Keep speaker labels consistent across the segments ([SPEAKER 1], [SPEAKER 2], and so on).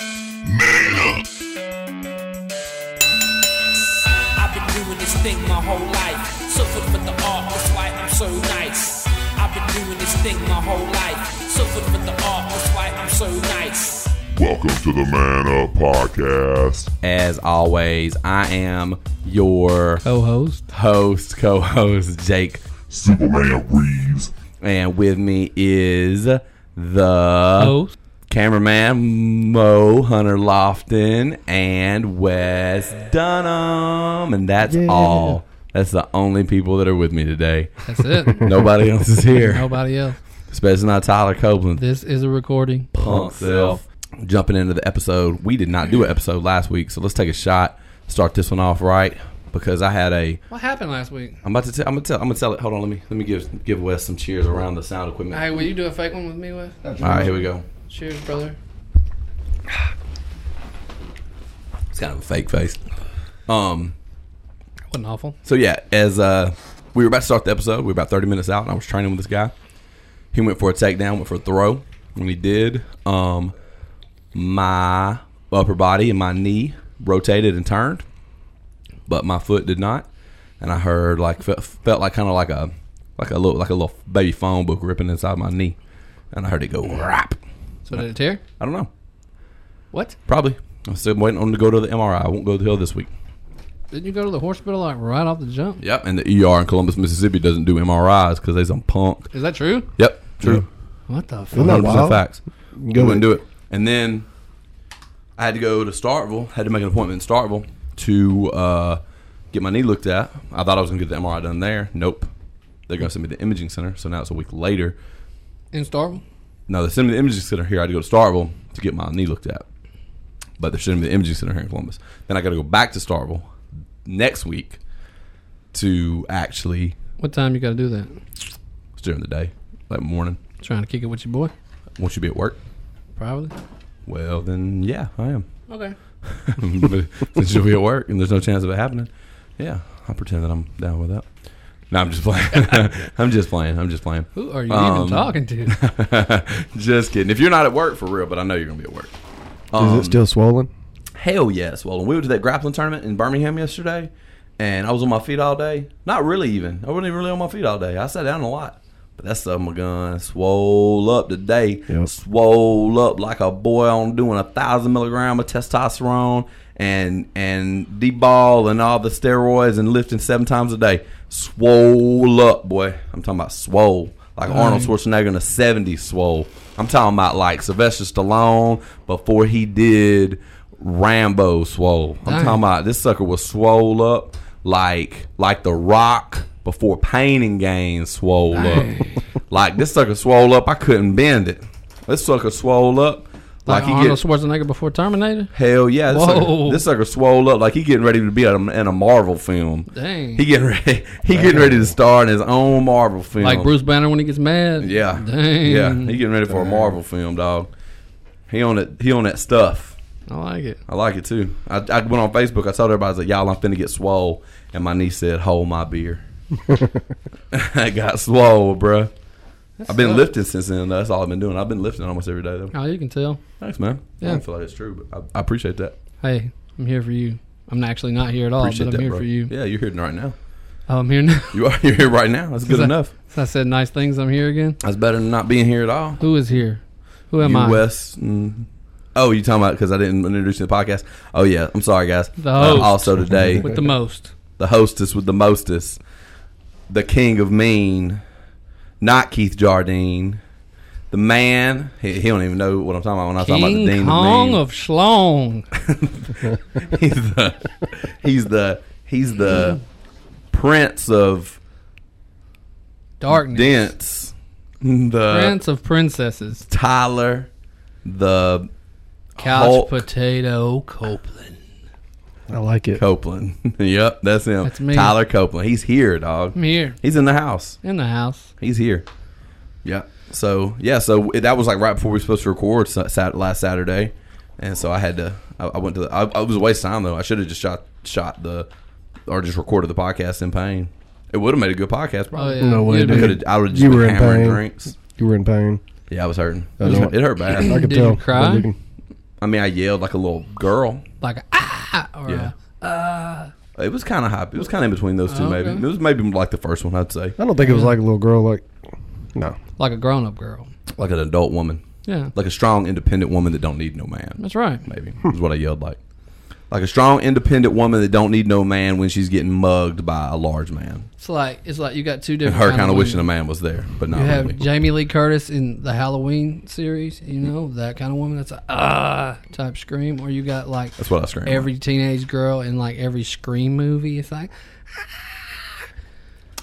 [SPEAKER 1] Man up.
[SPEAKER 2] I've been doing this thing my whole life. Suffered for the art, that's why I'm so nice. I've been doing this thing my whole life. Suffered for the art, that's why I'm so nice.
[SPEAKER 1] Welcome to the Man Up Podcast.
[SPEAKER 3] As always, I am your
[SPEAKER 4] co-host.
[SPEAKER 3] host, co host, Jake.
[SPEAKER 1] Superman Reeves.
[SPEAKER 3] And with me is the
[SPEAKER 4] Host.
[SPEAKER 3] cameraman, Mo Hunter Lofton, and Wes Dunham. And that's
[SPEAKER 4] Yeah.
[SPEAKER 3] all. That's the only people that are with me today.
[SPEAKER 4] That's it.
[SPEAKER 3] Nobody else is here,
[SPEAKER 4] Nobody else.
[SPEAKER 3] especially not Tyler Copeland.
[SPEAKER 4] This is a recording.
[SPEAKER 3] punk self. Jumping into the episode, we did not do an episode last week, so let's take a shot. Start this one off right because I had a.
[SPEAKER 4] What happened last week?
[SPEAKER 3] I'm about to tell. I'm gonna tell. I'm gonna tell it. Hold on. Let me. Let me give give Wes some cheers around the sound equipment.
[SPEAKER 4] Hey, will you do a fake one with me, Wes?
[SPEAKER 3] All right, here we go.
[SPEAKER 4] Cheers, brother.
[SPEAKER 3] It's kind of a fake face. Um.
[SPEAKER 4] Wasn't awful.
[SPEAKER 3] So yeah, as uh, we were about to start the episode, we were about 30 minutes out, and I was training with this guy. He went for a takedown, went for a throw. When he did, um, my upper body and my knee rotated and turned, but my foot did not, and I heard like fe- felt like kind of like a like a little like a little baby phone book ripping inside my knee, and I heard it go rap.
[SPEAKER 4] So did it tear?
[SPEAKER 3] I don't know,
[SPEAKER 4] What?
[SPEAKER 3] probably. I'm still waiting on to go to the MRI. I won't go till this week.
[SPEAKER 4] Didn't you go to the hospital like right off the jump?
[SPEAKER 3] Yep, and the ER in Columbus, Mississippi doesn't do MRIs because they some punk.
[SPEAKER 4] Is that true?
[SPEAKER 3] Yep, true.
[SPEAKER 4] What the
[SPEAKER 5] Isn't
[SPEAKER 4] fuck?
[SPEAKER 5] that
[SPEAKER 3] 100%
[SPEAKER 5] wild?
[SPEAKER 3] facts.
[SPEAKER 5] Go
[SPEAKER 3] Go and
[SPEAKER 5] ahead.
[SPEAKER 3] do it. And then I had to go to Startville. Had to make an appointment in Startville to uh, get my knee looked at. I thought I was going to get the MRI done there. Nope. They're going to send me to the imaging center. So now it's a week later.
[SPEAKER 4] In Starville?
[SPEAKER 3] No, they sent me to the imaging center here. I had to go to Starville to get my knee looked at. But they're sending me to the imaging center here in Columbus. Then I got to go back to Starville next week to actually,
[SPEAKER 4] What time you got to do that?
[SPEAKER 3] it's during the day, like morning.
[SPEAKER 4] Trying to kick it with your boy?
[SPEAKER 3] Won't you be at work?
[SPEAKER 4] Probably.
[SPEAKER 3] Well, then, yeah, I am.
[SPEAKER 4] Okay.
[SPEAKER 3] but since you'll be at work and there's no chance of it happening, yeah, I'll pretend that I'm down with that. No, I'm just playing. I'm just playing. I'm just playing.
[SPEAKER 4] Who are you
[SPEAKER 3] Um,
[SPEAKER 4] even talking to?
[SPEAKER 3] just kidding. If you're not at work for real, but I know you're gonna be at work.
[SPEAKER 5] Is it still swollen?
[SPEAKER 3] Hell yes. Well, we went to that grappling tournament in Birmingham yesterday, and I was on my feet all day. Not really even. I wasn't even really on my feet all day. I sat down a lot. But that stuff, my gun, swole up today.
[SPEAKER 5] Yep.
[SPEAKER 3] Swole up like a boy on doing a thousand milligram of testosterone and and D-ball and all the steroids and lifting seven times a day. Swole up, boy. I'm talking about swole. Like Arnold Schwarzenegger in the 70s swole. I'm talking about like Sylvester Stallone before he did Rambo swole. I'm
[SPEAKER 4] Dang.
[SPEAKER 3] talking about this sucker was swole up like like the rock before painting game swole up. like this sucker swole up, I couldn't bend it. This sucker swole up like,
[SPEAKER 4] Like
[SPEAKER 3] he
[SPEAKER 4] Arnold
[SPEAKER 3] get
[SPEAKER 4] Schwarzenegger before Terminator?
[SPEAKER 3] hell yeah. This sucker,
[SPEAKER 4] Whoa.
[SPEAKER 3] this sucker swole up like he getting ready to be in a, in a Marvel film.
[SPEAKER 4] Dang.
[SPEAKER 3] He getting ready he getting ready to star in his own Marvel film.
[SPEAKER 4] like Bruce Banner when he gets mad?
[SPEAKER 3] Yeah.
[SPEAKER 4] Dang.
[SPEAKER 3] Yeah. He getting ready for a Marvel film, dog. He on it he on that stuff.
[SPEAKER 4] I like it.
[SPEAKER 3] I like it too. I, I went on Facebook. I told everybody, I was like, y'all, I'm finna get swole. And my niece said, hold my beer. I got swole, bruh. I've been
[SPEAKER 4] sucks.
[SPEAKER 3] lifting since then. That's all I've been doing. I've been lifting almost every day, though.
[SPEAKER 4] Oh, you can tell.
[SPEAKER 3] Thanks, man. I
[SPEAKER 4] Yeah.
[SPEAKER 3] don't feel like it's true, but I, I appreciate that.
[SPEAKER 4] Hey, I'm here for you. I'm actually not here at all,
[SPEAKER 3] Appreciate
[SPEAKER 4] but I'm
[SPEAKER 3] that,
[SPEAKER 4] here
[SPEAKER 3] bro.
[SPEAKER 4] for you.
[SPEAKER 3] Yeah, you're here right now.
[SPEAKER 4] Oh, I'm here now.
[SPEAKER 3] You are you're here right now. That's good
[SPEAKER 4] that-
[SPEAKER 3] enough.
[SPEAKER 4] So I said nice things. I'm here again.
[SPEAKER 3] That's better than not being here at all.
[SPEAKER 4] Who is here? Who am
[SPEAKER 3] you
[SPEAKER 4] I?
[SPEAKER 3] Wes. Mm. Oh, you talking about because I didn't introduce you to the podcast? Oh yeah, I'm sorry guys. Um,
[SPEAKER 4] The host.
[SPEAKER 3] also today,
[SPEAKER 4] With the most.
[SPEAKER 3] the hostess with the mostest, the king of mean, not Keith Jardine, the man. He, he don't even know what I'm talking about when I talk about the
[SPEAKER 4] King
[SPEAKER 3] dean
[SPEAKER 4] Kong
[SPEAKER 3] of
[SPEAKER 4] of Schlong.
[SPEAKER 3] mean. he's the he's the he's the prince of
[SPEAKER 4] Darkness.
[SPEAKER 3] dents. The
[SPEAKER 4] Prince of princesses.
[SPEAKER 3] Tyler, the
[SPEAKER 4] Couch
[SPEAKER 3] Hulk.
[SPEAKER 4] potato Copeland.
[SPEAKER 5] I like it.
[SPEAKER 3] Copeland. yep, that's him.
[SPEAKER 4] That's me.
[SPEAKER 3] Tyler Copeland. He's here, dog.
[SPEAKER 4] I'm here
[SPEAKER 3] He's in the house.
[SPEAKER 4] in the house.
[SPEAKER 3] He's here. Yeah. So yeah. So it, that was like right before we were supposed to record sa- sat- last Saturday, and so I had to. I, I went to. The, I, I was a waste of time though. I should have just shot shot the or just recorded the podcast in pain. It would have made a good podcast.
[SPEAKER 4] Oh
[SPEAKER 3] Probably.
[SPEAKER 4] yeah.
[SPEAKER 5] No way,
[SPEAKER 4] You'd
[SPEAKER 3] I
[SPEAKER 4] have
[SPEAKER 5] dude.
[SPEAKER 3] could
[SPEAKER 4] been-
[SPEAKER 3] have. I would have just
[SPEAKER 5] You
[SPEAKER 3] been
[SPEAKER 5] were in
[SPEAKER 3] hammering
[SPEAKER 5] pain.
[SPEAKER 3] drinks.
[SPEAKER 5] You were in pain.
[SPEAKER 3] Yeah, I was hurting. It,
[SPEAKER 5] I know
[SPEAKER 3] was-
[SPEAKER 5] it.
[SPEAKER 3] it hurt bad.
[SPEAKER 5] I could
[SPEAKER 4] Did you
[SPEAKER 5] tell.
[SPEAKER 4] cry?
[SPEAKER 5] I didn't.
[SPEAKER 3] I mean, I yelled like a little girl.
[SPEAKER 4] Like a, ah, or
[SPEAKER 3] Yeah.
[SPEAKER 4] yeah.
[SPEAKER 3] It was kind of high. It was kind of in between those two. Maybe
[SPEAKER 4] Oh, Okay.
[SPEAKER 3] it was maybe like the first one. I'd say
[SPEAKER 5] I don't think it was like a little girl. Like, no,
[SPEAKER 4] like a grown up girl.
[SPEAKER 3] like an adult woman,
[SPEAKER 4] Yeah,
[SPEAKER 3] like a strong, independent woman that don't need no man.
[SPEAKER 4] that's right.
[SPEAKER 3] Maybe is what I yelled like, like a strong, independent woman that don't need no man when she's getting mugged by a large man.
[SPEAKER 4] It's like it's like you got two
[SPEAKER 3] And
[SPEAKER 4] different.
[SPEAKER 3] her kind of wishing a
[SPEAKER 4] women.
[SPEAKER 3] man was there, but not
[SPEAKER 4] You have
[SPEAKER 3] really.
[SPEAKER 4] Jamie Lee Curtis in the Halloween series. You
[SPEAKER 3] Mm-hmm.
[SPEAKER 4] know that kind of woman. That's a ah type scream. Or you got like
[SPEAKER 3] That's what I screamed.
[SPEAKER 4] every teenage girl in like every scream movie. It's like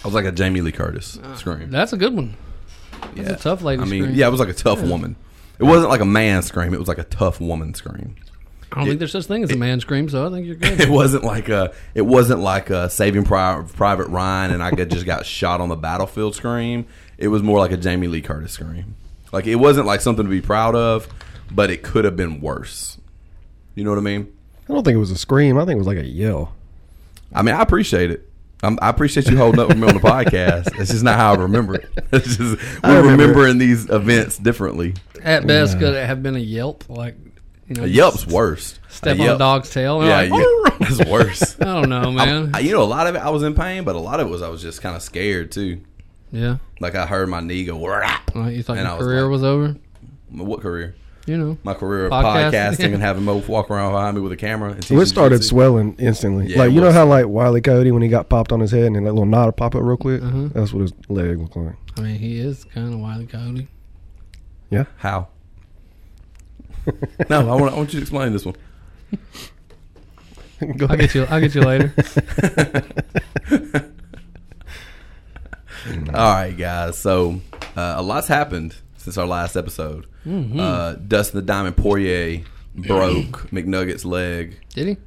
[SPEAKER 3] I was like a Jamie Lee Curtis scream.
[SPEAKER 4] that's a good one. That's
[SPEAKER 3] Yeah.
[SPEAKER 4] Uh, a tough lady
[SPEAKER 3] I mean,
[SPEAKER 4] scream.
[SPEAKER 3] yeah, it was like a tough woman. It wasn't like a man scream. It was like a tough woman scream.
[SPEAKER 4] I don't think there's such thing as a man scream. So I think you're good.
[SPEAKER 3] It wasn't like a. It wasn't like a Saving Pri- Private Ryan, and I got, just got shot on the battlefield scream. It was more like a Jamie Lee Curtis scream. Like it wasn't like something to be proud of, but it could have been worse. You know what I mean?
[SPEAKER 5] I don't think it was a scream. I think it was like a yell.
[SPEAKER 3] I mean, I appreciate it. I'm, I appreciate you holding up with me on the podcast. It's just not how I remember it. It's just we're
[SPEAKER 5] remember it.
[SPEAKER 3] remembering these events differently.
[SPEAKER 4] At best, could it have been a yelp? Like you know,
[SPEAKER 3] A yelp's worse.
[SPEAKER 4] Step
[SPEAKER 3] A
[SPEAKER 4] on a
[SPEAKER 3] yelp-
[SPEAKER 4] dog's tail.
[SPEAKER 3] Yeah,
[SPEAKER 4] Yeah,
[SPEAKER 3] yeah. that's worse.
[SPEAKER 4] I don't know, man.
[SPEAKER 3] I, you know, a lot of it I was in pain, but a lot of it was I was just kind of scared too.
[SPEAKER 4] yeah,
[SPEAKER 3] Like I heard my knee go. "Rah."
[SPEAKER 4] Like, you thought
[SPEAKER 3] And I
[SPEAKER 4] your
[SPEAKER 3] was
[SPEAKER 4] career
[SPEAKER 3] like-
[SPEAKER 4] was over?
[SPEAKER 3] What career?
[SPEAKER 4] You know,
[SPEAKER 3] My career of
[SPEAKER 4] Podcasting.
[SPEAKER 3] podcasting and having Mo walk around behind me with a camera. And teaching
[SPEAKER 5] It started
[SPEAKER 3] jiu-jitsu.
[SPEAKER 5] swelling instantly.
[SPEAKER 3] Yeah,
[SPEAKER 5] like
[SPEAKER 3] it
[SPEAKER 5] you know
[SPEAKER 3] was.
[SPEAKER 5] how like Wiley Coyote when he got popped on his head and then that little knot would pop up real quick.
[SPEAKER 4] Uh-huh.
[SPEAKER 5] That's what his leg looked like.
[SPEAKER 4] I mean, he is kind of Wiley Coyote.
[SPEAKER 5] Yeah,
[SPEAKER 3] How? no, I want, I want you to explain this one.
[SPEAKER 5] go
[SPEAKER 4] I'll
[SPEAKER 5] ahead.
[SPEAKER 4] get you. I'll get you later.
[SPEAKER 3] All right, guys. So uh, a lot's happened since our last episode.
[SPEAKER 4] Mm-hmm.
[SPEAKER 3] Uh, Dustin the Diamond Poirier broke McNugget's leg.
[SPEAKER 4] Did he?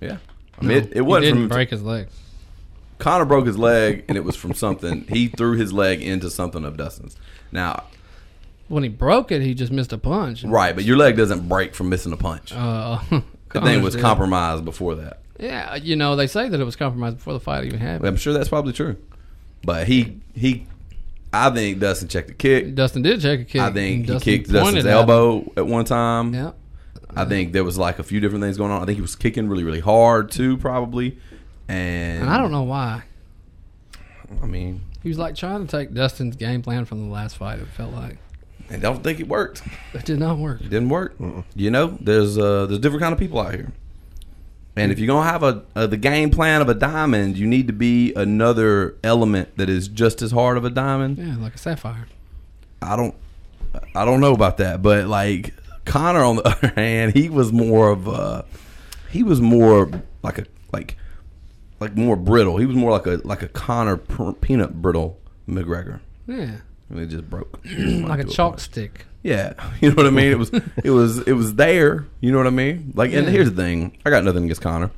[SPEAKER 3] Yeah, I mean, it, it
[SPEAKER 4] he
[SPEAKER 3] wasn't
[SPEAKER 4] didn't
[SPEAKER 3] from
[SPEAKER 4] break his leg.
[SPEAKER 3] Connor broke his leg, and it was from something. he threw his leg into something of Dustin's. Now,
[SPEAKER 4] When he broke it, he just missed a punch.
[SPEAKER 3] right, but your leg doesn't break from missing a punch.
[SPEAKER 4] Uh,
[SPEAKER 3] the thing was
[SPEAKER 4] Connors did.
[SPEAKER 3] compromised before that.
[SPEAKER 4] Yeah, you know they say that it was compromised before the fight even happened.
[SPEAKER 3] I'm sure that's probably true. But he he, I think Dustin checked the kick.
[SPEAKER 4] Dustin did check a kick.
[SPEAKER 3] I think he
[SPEAKER 4] and
[SPEAKER 3] kicked
[SPEAKER 4] pointed
[SPEAKER 3] Dustin's
[SPEAKER 4] at him.
[SPEAKER 3] elbow at one time.
[SPEAKER 4] Yeah,
[SPEAKER 3] I think there was like a few different things going on. I think he was kicking really really hard too, probably. And
[SPEAKER 4] and I don't know why
[SPEAKER 3] I mean,
[SPEAKER 4] he was like trying to take Dustin's game plan from the last fight. It felt like
[SPEAKER 3] I don't think it worked.
[SPEAKER 4] it did not work.
[SPEAKER 3] didn't work. You know, there's uh, there's different kind of people out here, and if you're gonna have a, uh the game plan of a diamond, you need to be another element that is just as hard of a diamond.
[SPEAKER 4] Yeah, like a sapphire.
[SPEAKER 3] I don't, I don't know about that, but like Connor on the other hand, he was more of a, he was more like a like, like more brittle. He was more like a like a Connor pr- peanut brittle McGregor.
[SPEAKER 4] Yeah,
[SPEAKER 3] And it just broke
[SPEAKER 4] like a chalk stick.
[SPEAKER 3] Yeah, you know what I mean. It was, it was, it was there. You know what I mean. Like, and
[SPEAKER 4] Yeah.
[SPEAKER 3] here's the thing: I got nothing against Connor.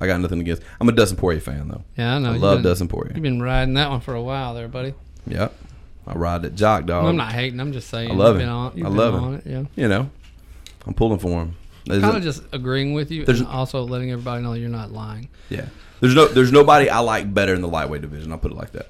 [SPEAKER 3] I got nothing against. I'm a Dustin Poirier fan, though.
[SPEAKER 4] Yeah, I know.
[SPEAKER 3] I
[SPEAKER 4] You've
[SPEAKER 3] love
[SPEAKER 4] been-
[SPEAKER 3] Dustin Poirier.
[SPEAKER 4] You've been riding that one for a while, there, buddy.
[SPEAKER 3] Yep, I ride that jock dog.
[SPEAKER 4] I'm not hating. I'm just saying.
[SPEAKER 3] Oh. I love
[SPEAKER 4] you've
[SPEAKER 3] him.
[SPEAKER 4] Been on, you've
[SPEAKER 3] I love
[SPEAKER 4] been
[SPEAKER 3] him.
[SPEAKER 4] On it, yeah.
[SPEAKER 3] You know, I'm pulling for him. There's
[SPEAKER 4] Kind
[SPEAKER 3] a-
[SPEAKER 4] of just agreeing with you,
[SPEAKER 3] There's
[SPEAKER 4] and
[SPEAKER 3] a-
[SPEAKER 4] also letting everybody know you're not lying
[SPEAKER 3] yeah. There's no, there's nobody I like better in the lightweight division. I'll put it like that.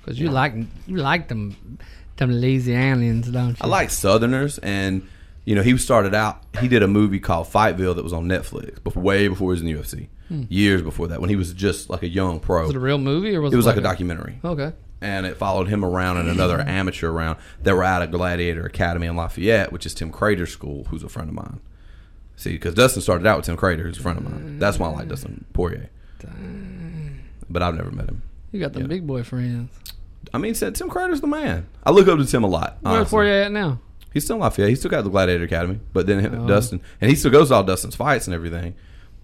[SPEAKER 4] because you like you like them them Louisianians, don't you?
[SPEAKER 3] I like Southerners, and you know, he started out. He did a movie called Fightville that was on Netflix, before, way before he was in the UFC. Years before that, when he was just like a young pro.
[SPEAKER 4] Was Hmm. it a real movie or was
[SPEAKER 3] it was like a
[SPEAKER 4] documentary?
[SPEAKER 3] documentary.
[SPEAKER 4] Okay.
[SPEAKER 3] and it followed him around and another amateur around that were out of Gladiator Academy in Lafayette, which is Tim Crater's school, who's a friend of mine. See, because Dustin started out with Tim Crater, who's a friend of mine. That's why I like Dustin Poirier. But I've never met him.
[SPEAKER 4] You got the big boy friends.
[SPEAKER 3] I mean, said Tim Crater's the man. I look up to Tim a lot.
[SPEAKER 4] Where's
[SPEAKER 3] honestly.
[SPEAKER 4] Poirier at now?
[SPEAKER 3] He's still in Lafayette. He's still got the Gladiator Academy, but then him- Dustin, and he still goes to all Dustin's fights and everything.